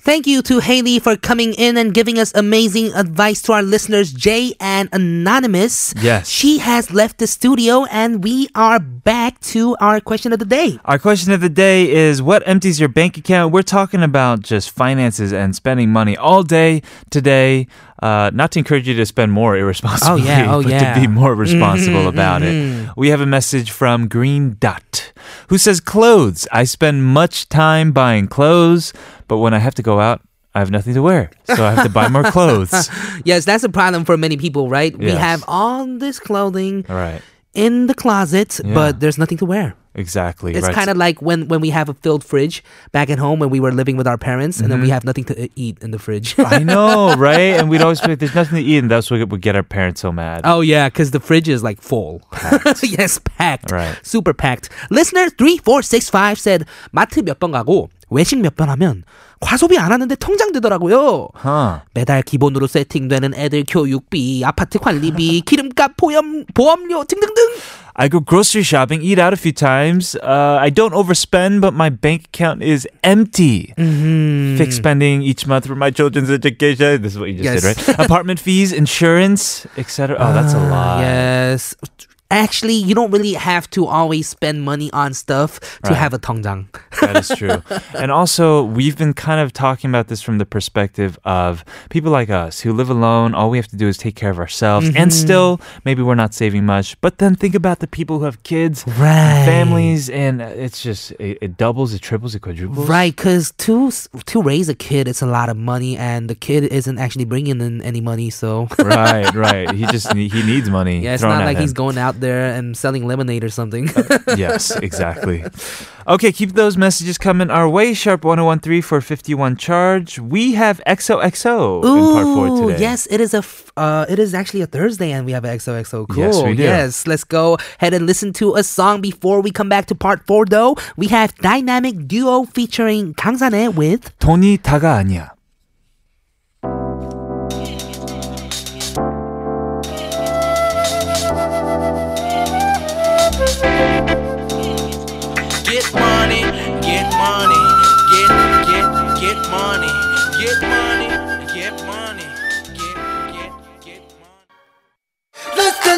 [SPEAKER 2] Thank you to Haley for coming in and giving us amazing advice to our listeners, Jay and Anonymous.
[SPEAKER 1] Yes.
[SPEAKER 2] She has left the studio and we are back to our question of the day.
[SPEAKER 1] Our question of the day is what empties your bank account? We're talking about just finances and spending money all day today. Uh, not to encourage you to spend more irresponsibly,
[SPEAKER 2] Oh, yeah. Oh,
[SPEAKER 1] but
[SPEAKER 2] yeah. mm-hmm,
[SPEAKER 1] to be more responsible about it. We have a message from Green Dot who says, Clothes. I spend much time buying clothes, but when I have to go out, I have nothing to wear. So I have to buy more clothes.
[SPEAKER 2] Yes, that's a problem for many people, right? We
[SPEAKER 1] Yes.
[SPEAKER 2] have all this clothing
[SPEAKER 1] All right.
[SPEAKER 2] in the closet,
[SPEAKER 1] Yeah.
[SPEAKER 2] but there's nothing to wear.
[SPEAKER 1] Exactly.
[SPEAKER 2] It's
[SPEAKER 1] right.
[SPEAKER 2] kind of like when, when we have a filled fridge back at home when we were living with our parents, and then we have nothing to uh, eat in the fridge.
[SPEAKER 1] I know, right? And we'd always be like, there's nothing to eat. And that's what would get our parents so mad.
[SPEAKER 2] Oh yeah, because the fridge is like full. yes, packed.
[SPEAKER 1] Right.
[SPEAKER 2] Super packed. Listener 3465 said 마트 몇 번 가고 외식 몇 번 하면 과소비 안 하는데 통장 되더라고요.
[SPEAKER 1] Huh.
[SPEAKER 2] 매달 기본으로 세팅되는 애들 교육비, 아파트 관리비, 기름값, 보험, 보험료 등등등.
[SPEAKER 1] I go grocery shopping, eat out a few times. Uh, I don't overspend, but my bank account is empty.
[SPEAKER 2] Mm-hmm.
[SPEAKER 1] Fixed spending each month for my children's education. This is what you just
[SPEAKER 2] Yes. Ah,
[SPEAKER 1] did, right? Apartment fees, insurance, etc. Oh, that's a lot.
[SPEAKER 2] Yes. Actually, you don't really have to always spend money on stuff
[SPEAKER 1] Right.
[SPEAKER 2] to have a 통장.
[SPEAKER 1] That is true. and also, we've been kind of talking about this from the perspective of people like us who live alone. All we have to do is take care of ourselves.
[SPEAKER 2] Mm-hmm.
[SPEAKER 1] And still, maybe we're not saving much. But then think about the people who have kids, and
[SPEAKER 2] Right.
[SPEAKER 1] families, and it's just, it, it doubles, it triples, it quadruples.
[SPEAKER 2] Right, because to s- to raise a kid, it's a lot of money, and the kid isn't actually bringing in any money. So
[SPEAKER 1] right, right. He just ne- he needs money.
[SPEAKER 2] yeah, it's
[SPEAKER 1] thrown
[SPEAKER 2] not
[SPEAKER 1] at
[SPEAKER 2] like
[SPEAKER 1] him.
[SPEAKER 2] he's going out there and selling lemonade or something.
[SPEAKER 1] yes, exactly. Okay, keep those messages coming our way. Sharp 1013 for 51 charge. We have XOXO in part four
[SPEAKER 2] Ooh,
[SPEAKER 1] today.
[SPEAKER 2] yes, it is a f- uh, it is actually a Thursday, and we have an XOXO. Cool.
[SPEAKER 1] Yes, we do.
[SPEAKER 2] Yes, let's go ahead and listen to a song before we come back to part four. Though we have dynamic duo featuring Kang Sanhae with
[SPEAKER 1] 돈이 다가 아니야.
[SPEAKER 5] Get money, get money, get, get, get money, get money, get money, get, get, get money.
[SPEAKER 8] Listen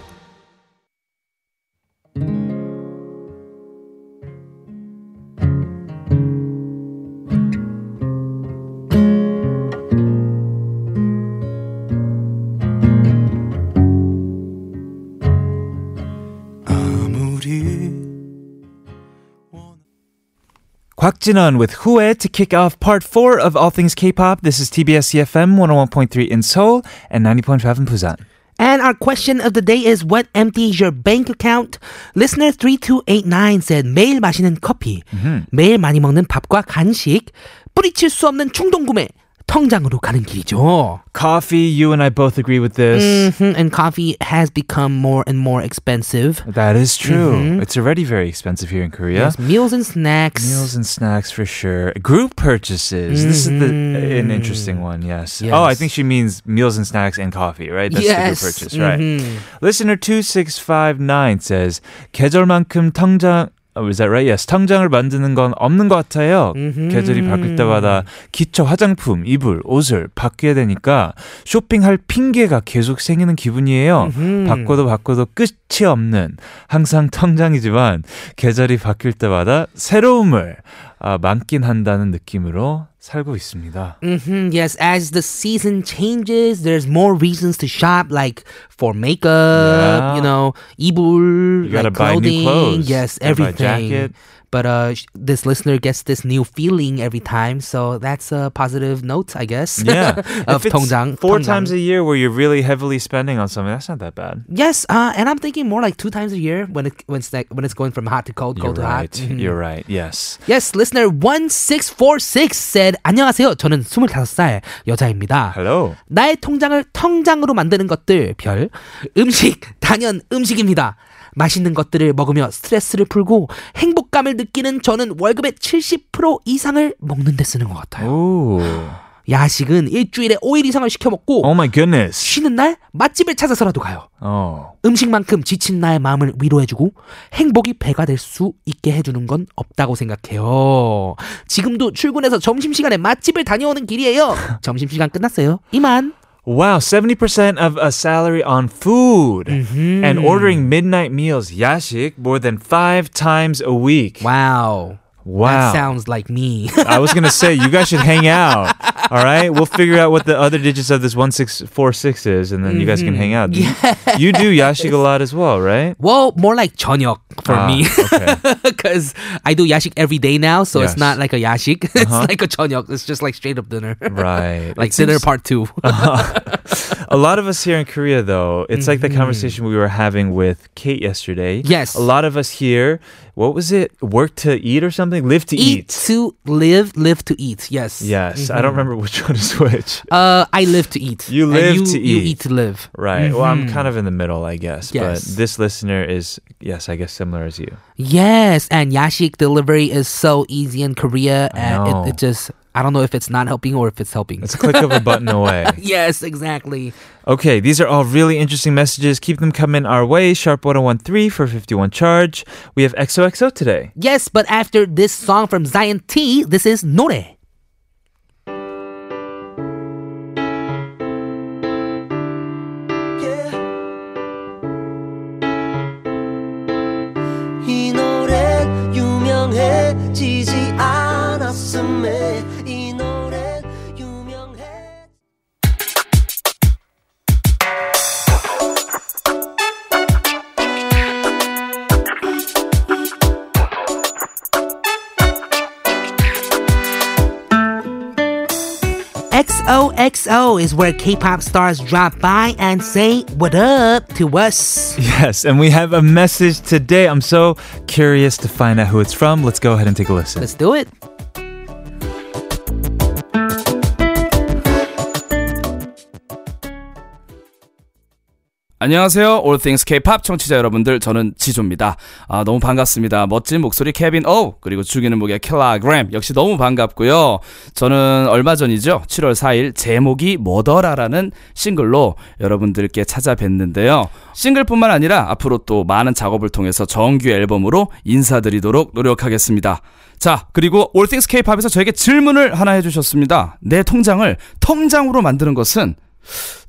[SPEAKER 5] 아무리
[SPEAKER 1] 곽진원 with Hue to kick off part four of All Things K-pop. This is TBS EFM 101.3 in Seoul and 90.5 in Busan.
[SPEAKER 2] And our question of the day is what empties your bank account? Listener 3289 said 매일 마시는 커피, 매일 많이 먹는 밥과 간식, 뿌리칠 수 없는 충동 구매, 통장으로 가는 길이죠.
[SPEAKER 1] Coffee, you and I both agree with this.
[SPEAKER 2] Mhm, And coffee has become more and more expensive.
[SPEAKER 1] That is true. It's already very expensive here in Korea.
[SPEAKER 2] Mm-hmm. Yes, meals and snacks.
[SPEAKER 1] Meals and snacks for sure. Group purchases. This is the, an interesting one. Yes. Oh, I
[SPEAKER 2] Mm-hmm. Yes.
[SPEAKER 1] think she means meals and snacks and coffee, right? That's
[SPEAKER 2] yes. Mm-hmm.
[SPEAKER 1] the group purchase, right? Listener two six five nine says 계절만큼 통장 Oh, is that right? Yes. 통장을 만드는 건 없는 것 같아요. 계절이 바뀔 때마다 기초 화장품, 이불, 옷을 바뀌어야 되니까 쇼핑할 핑계가 계속 생기는 기분이에요. 바꿔도 바꿔도 끝이 없는 항상 통장이지만 계절이 바뀔 때마다 새로움을 아, 만긴 한다는 느낌으로 살고 있습니다.
[SPEAKER 2] Mhm, Yes, as the season changes, there's more reasons to shop, like for makeup,
[SPEAKER 1] Yeah.
[SPEAKER 2] you know, ibul,
[SPEAKER 1] You gotta
[SPEAKER 2] like
[SPEAKER 1] buy new
[SPEAKER 2] clothing.
[SPEAKER 1] clothes. Gotta
[SPEAKER 2] Yes,
[SPEAKER 1] buy a
[SPEAKER 2] everything.
[SPEAKER 1] jacket.
[SPEAKER 2] But uh, sh- this listener gets this new feeling every time, so that's a positive note, I guess.
[SPEAKER 1] Yeah. If
[SPEAKER 2] of
[SPEAKER 1] it's
[SPEAKER 2] 통장.
[SPEAKER 1] Four
[SPEAKER 2] 통장.
[SPEAKER 1] times a year where you're really heavily spending on something, that's not that bad.
[SPEAKER 2] Yes, uh, and I'm thinking more like two times a year when it when it's like, when it's going from hot to cold,
[SPEAKER 1] You're
[SPEAKER 2] cold to hot.
[SPEAKER 1] right.
[SPEAKER 2] Mm-hmm.
[SPEAKER 1] You're right. Yes.
[SPEAKER 2] Yes, listener 1646 said 안녕하세요. 저는 25살 여자입니다.
[SPEAKER 1] Hello.
[SPEAKER 2] 나의 통장을 통장으로 만드는 것들 별 음식 단연 음식입니다. 맛있는 것들을 먹으며 스트레스를 풀고 행복감을 느끼는 저는 월급의 70% 이상을 먹는 데 쓰는 것 같아요.
[SPEAKER 1] Ooh.
[SPEAKER 2] 야식은 일주일에 5일 이상을 시켜 먹고
[SPEAKER 1] Oh my goodness.
[SPEAKER 2] 쉬는 날 맛집을 찾아서라도 가요.
[SPEAKER 1] Oh.
[SPEAKER 2] 음식만큼 지친 나의 마음을 위로해주고 행복이 배가 될 수 있게 해주는 건 없다고 생각해요. 지금도 출근해서 점심시간에 맛집을 다녀오는 길이에요. 점심시간 끝났어요. 이만.
[SPEAKER 1] Wow, 70% of a salary on food
[SPEAKER 2] Mm-hmm.
[SPEAKER 1] and ordering midnight meals, yashik, more than five times a week.
[SPEAKER 2] 와우. That
[SPEAKER 1] Wow.
[SPEAKER 2] sounds like me.
[SPEAKER 1] I was going to say, you guys should hang out. All right. We'll figure out what the other digits of this 1646 is, and then you guys can hang out. You-
[SPEAKER 2] Mm-hmm.
[SPEAKER 1] You do yashik a lot as well, right?
[SPEAKER 2] well, more like 저녁 for
[SPEAKER 1] Ah,
[SPEAKER 2] me.
[SPEAKER 1] okay.
[SPEAKER 2] Because I do yashik every day now, so it's
[SPEAKER 1] Yes. Uh-huh.
[SPEAKER 2] not like a yashik. it's like a 저녁. It's just like straight up dinner.
[SPEAKER 1] Right.
[SPEAKER 2] like
[SPEAKER 1] It
[SPEAKER 2] dinner
[SPEAKER 1] seems- Uh,
[SPEAKER 2] part two.
[SPEAKER 1] A lot of us here in Korea, though, it's like the conversation we were having with Kate yesterday.
[SPEAKER 2] Mm-hmm. Yes.
[SPEAKER 1] A lot of us here, what was it? Work to eat or something? Live to eat.
[SPEAKER 2] eat Mm-hmm. to live, live to eat. Yes.
[SPEAKER 1] Yes. I don't remember which one is which.
[SPEAKER 2] Uh, I live to eat.
[SPEAKER 1] You
[SPEAKER 2] And
[SPEAKER 1] live
[SPEAKER 2] you,
[SPEAKER 1] to
[SPEAKER 2] You
[SPEAKER 1] eat.
[SPEAKER 2] eat to live.
[SPEAKER 1] Right. Well, I'm kind of in the middle, I guess.
[SPEAKER 2] Yes.
[SPEAKER 1] But this listener is, yes, I guess similar as you.
[SPEAKER 2] Yes, and yashik delivery is so easy in Korea, and
[SPEAKER 1] know.
[SPEAKER 2] it, it just I don't know if it's not helping or if it's helping.
[SPEAKER 1] It's a click of a button away.
[SPEAKER 2] yes, exactly.
[SPEAKER 1] Okay, these are all really interesting messages. Keep them coming our way. Sharp 1013 for 51 charge. We have XOXO today.
[SPEAKER 2] Yes, but after this song from Zion T, this is 노래.
[SPEAKER 5] 이 노래 유명해지지 않았음에 이 노래 유명해
[SPEAKER 2] XOXO is where K-pop stars drop by and say what up to us.
[SPEAKER 1] Yes, and we have a message today. I'm so curious to find out who it's from. Let's go ahead and take a listen.
[SPEAKER 2] Let's do it.
[SPEAKER 9] 안녕하세요. All Things K-pop 청취자 여러분들. 저는 지조입니다. 아, 너무 반갑습니다. 멋진 목소리 케빈 오 그리고 죽이는 무게 킬라그램 역시 너무 반갑고요. 저는 얼마 전이죠. 7월 4일 제목이 뭐더라라는 싱글로 여러분들께 찾아뵀는데요. 싱글뿐만 아니라 앞으로 또 많은 작업을 통해서 정규 앨범으로 인사드리도록 노력하겠습니다. 자, 그리고 All Things K-pop에서 저에게 질문을 하나 해 주셨습니다. 내 통장을 통장으로 만드는 것은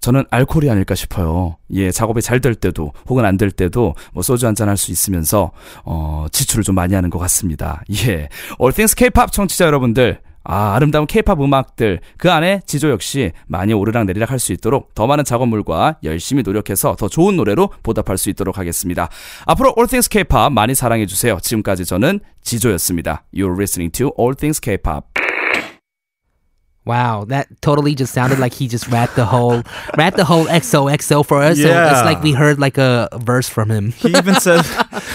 [SPEAKER 9] 저는 알코올이 아닐까 싶어요. 예, 작업이 잘 될 때도 혹은 안 될 때도 뭐 소주 한잔 할 수 있으면서 어, 지출을 좀 많이 하는 것 같습니다. 예, All Things K-pop 청취자 여러분들. 아, 아름다운 케이팝 음악들. 그 안에 지조 역시 많이 오르락 내리락 할 수 있도록 더 많은 작업물과 열심히 노력해서 더 좋은 노래로 보답할 수 있도록 하겠습니다. 앞으로 All Things K-pop 많이 사랑해주세요. 지금까지 저는 지조였습니다. You're listening to All Things K-pop.
[SPEAKER 2] Wow, that totally just sounded like he just rapped the whole rapped the whole XOXO for us. So
[SPEAKER 1] Yeah.
[SPEAKER 2] it's like we heard like a verse from him.
[SPEAKER 1] He even said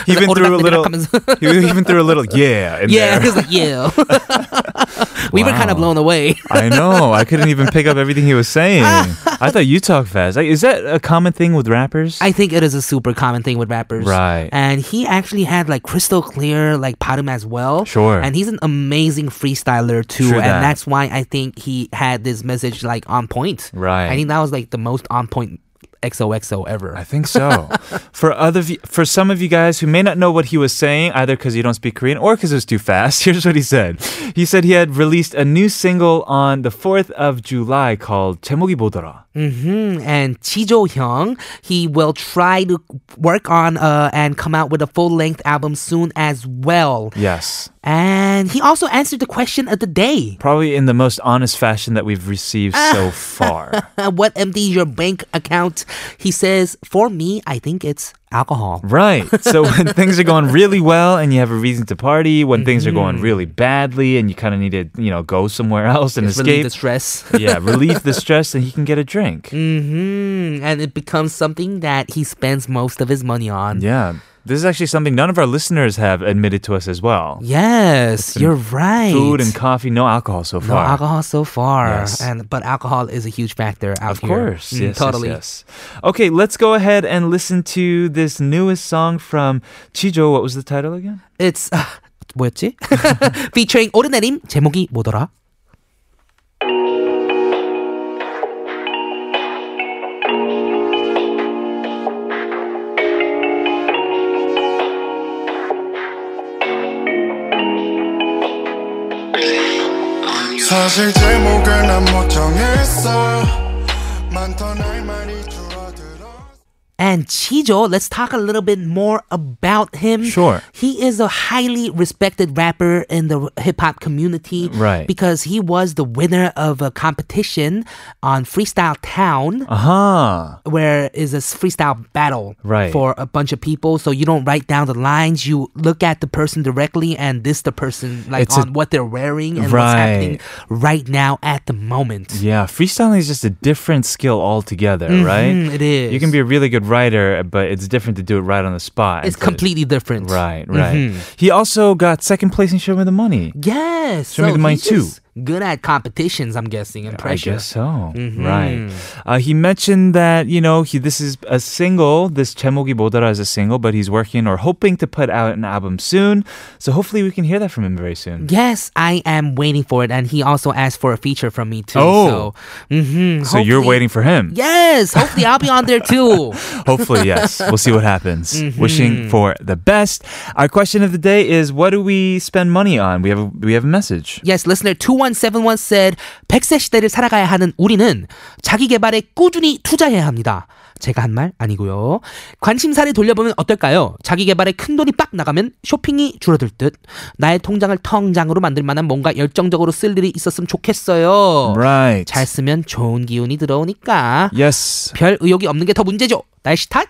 [SPEAKER 1] even through a little,
[SPEAKER 2] 하면서
[SPEAKER 1] even through a little, yeah, in there.
[SPEAKER 2] yeah, he's like yeah. we were kind
[SPEAKER 1] Wow.
[SPEAKER 2] of blown away.
[SPEAKER 1] I know. I couldn't even pick up everything he was saying. I thought you talk fast. Like, is that a common thing with rappers?
[SPEAKER 2] I think it is a super common thing with rappers.
[SPEAKER 1] Right.
[SPEAKER 2] And he actually had like crystal clear like bottom as well.
[SPEAKER 1] Sure.
[SPEAKER 2] And he's an amazing freestyler too.
[SPEAKER 1] True
[SPEAKER 2] and
[SPEAKER 1] that.
[SPEAKER 2] that's why I think he had this message like on point.
[SPEAKER 1] Right.
[SPEAKER 2] I think that was like the most on point XOXO ever.
[SPEAKER 1] I think so. for other, of you, for some of you guys who may not know what he was saying, either because you don't speak Korean or because it was too fast, here's what he said. He said he had released a new single on the 4th of July called 제목이 보더라.
[SPEAKER 2] hmm And Chi Jo Hyung, he will try to work on uh, and come out with a full length album soon as well.
[SPEAKER 1] Yes.
[SPEAKER 2] And he also answered the question of the day.
[SPEAKER 1] Probably in the most honest fashion that we've received so far.
[SPEAKER 2] Uh, what empties your bank account? He says, for me, I think it's alcohol.
[SPEAKER 1] Right. So when things are going really well and you have a reason to party, when things are
[SPEAKER 2] Mm-hmm.
[SPEAKER 1] going really badly and you kind of need to, you know, go somewhere else and
[SPEAKER 2] Just relieve
[SPEAKER 1] escape.
[SPEAKER 2] the stress.
[SPEAKER 1] yeah, relieve the stress and he can get a drink.
[SPEAKER 2] hmm And it becomes something that he spends most of his money on.
[SPEAKER 1] Yeah. This is actually something none of our listeners have admitted to us as well.
[SPEAKER 2] Yes, you're right.
[SPEAKER 1] Food and coffee, no alcohol so
[SPEAKER 2] no
[SPEAKER 1] far.
[SPEAKER 2] alcohol so far,
[SPEAKER 1] Yes.
[SPEAKER 2] and but alcohol is a huge factor
[SPEAKER 1] Of
[SPEAKER 2] out here.
[SPEAKER 1] course.
[SPEAKER 2] Mm,
[SPEAKER 1] yes, yes,
[SPEAKER 2] totally.
[SPEAKER 1] yes. Okay, let's go ahead and listen to this newest song from Chijo. What was the title again?
[SPEAKER 2] It's 아, 뭐였지? featuring 오르내림 제목이 뭐더라?
[SPEAKER 8] 사실 제목을 난못 정했어 많던 할 말이 줄어들어
[SPEAKER 2] And Chijo, let's talk a little bit more about him.
[SPEAKER 1] Sure.
[SPEAKER 2] He is a highly respected rapper in the hip hop community.
[SPEAKER 1] Right.
[SPEAKER 2] Because he was the winner of a competition on Freestyle Town. Uh-huh.
[SPEAKER 1] Aha.
[SPEAKER 2] where is a freestyle battle
[SPEAKER 1] Right.
[SPEAKER 2] for a bunch of people. So you don't write down the lines. You look at the person directly and this the person like
[SPEAKER 1] It's a-
[SPEAKER 2] on what they're wearing and what's
[SPEAKER 1] Right.
[SPEAKER 2] happening right now at the moment.
[SPEAKER 1] Yeah, freestyling is just a different skill altogether, right?
[SPEAKER 2] Mhm, it is.
[SPEAKER 1] You can be a really good writer, but it's different to do it right on the spot.
[SPEAKER 2] It's Mm-hmm.
[SPEAKER 1] instead-
[SPEAKER 2] completely different.
[SPEAKER 1] Right, right. He also got second place in Show Me the Money.
[SPEAKER 2] Yes.
[SPEAKER 1] Show me
[SPEAKER 2] so
[SPEAKER 1] the money
[SPEAKER 2] he's
[SPEAKER 1] too.
[SPEAKER 2] just Good at competitions, I'm guessing, and pressure. Mm-hmm.
[SPEAKER 1] I guess so. Right. Uh, he mentioned that you know he this is a single. This 제목이 뭐더라 is a single, but he's working or hoping to put out an album soon. So hopefully we can hear that from him very soon.
[SPEAKER 2] Yes, I am waiting for it, and he also asked for a feature from me too.
[SPEAKER 1] Oh.
[SPEAKER 2] so, mhm,
[SPEAKER 1] So you're waiting
[SPEAKER 2] hopefully-
[SPEAKER 1] for him.
[SPEAKER 2] Yes, hopefully I'll be on there too.
[SPEAKER 1] Hopefully, yes. We'll see what happens.
[SPEAKER 2] Mm-hmm.
[SPEAKER 1] Wishing for the best. Our question of the day is: What do we spend money on? We have a, we have a message.
[SPEAKER 2] Yes, listener 2171 said 100세 시대를 살아가야 하는 우리는 자기 개발에 꾸준히 투자해야 합니다. 제가 한 말 아니고요. 관심사를 돌려보면 어떨까요? 자기 개발에 큰 돈이 빡 나가면 쇼핑이 줄어들 듯 나의 통장을 텅장으로 만들 만한 뭔가 열정적으로 쓸 일이 있었으면 좋겠어요.
[SPEAKER 1] Right.
[SPEAKER 2] 잘 쓰면 좋은 기운이 들어오니까
[SPEAKER 1] Yes.
[SPEAKER 2] 별 의욕이 없는 게 더 문제죠. 날씨 탓?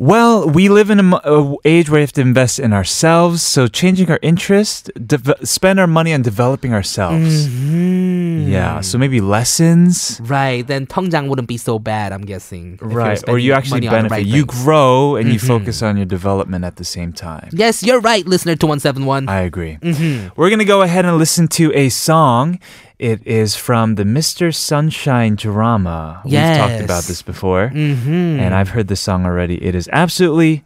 [SPEAKER 1] Well, we live in an age where we have to invest in ourselves. So changing our interest, deve- spend our money on developing ourselves.
[SPEAKER 2] Mm-hmm.
[SPEAKER 1] Yeah. So maybe lessons.
[SPEAKER 2] Right, then 통장 wouldn't be so bad, I'm guessing. if you're
[SPEAKER 1] Right. Or you
[SPEAKER 2] spending
[SPEAKER 1] actually
[SPEAKER 2] money on the
[SPEAKER 1] benefit.
[SPEAKER 2] right
[SPEAKER 1] you
[SPEAKER 2] things. Mm-hmm.
[SPEAKER 1] grow and you focus on your development at the same time.
[SPEAKER 2] Yes, you're right, listener 2171.
[SPEAKER 1] I agree. We're going to go ahead and listen to a song. It is from the Mr. Sunshine drama. We've talked
[SPEAKER 2] Yes.
[SPEAKER 1] about this before. And I've heard this song already. It is absolutely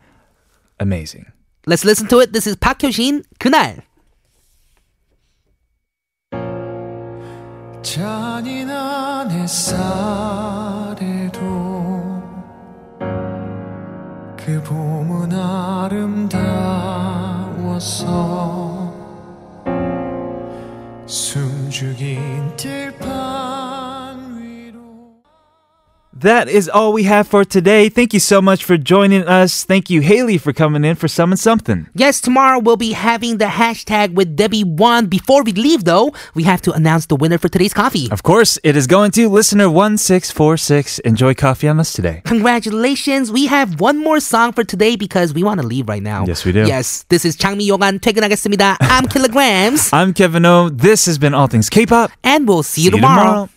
[SPEAKER 1] amazing.
[SPEAKER 2] Let's listen to it. This is 박효신 그날.
[SPEAKER 5] 잔인한 햇살에도 그 봄은 아름다워서 숨죽인 들판 위로
[SPEAKER 1] That is all we have for today. Thank you so much for joining us. Thank you, Haley, for coming in for Some and Something.
[SPEAKER 2] Yes, tomorrow we'll be having the hashtag with Debbie1. Before we leave, though, we have to announce the winner for today's coffee.
[SPEAKER 1] Of course, it is going to listener 1646. Enjoy coffee on us today.
[SPEAKER 2] Congratulations. We have one more song for today because we want to leave right now.
[SPEAKER 1] Yes, we do.
[SPEAKER 2] Yes, this is 장미 용안 퇴근하겠습니다. I'm Kilograms,
[SPEAKER 1] I'm Kevin O. This has been All Things K pop.
[SPEAKER 2] and we'll see you
[SPEAKER 1] See you
[SPEAKER 2] tomorrow.
[SPEAKER 1] tomorrow.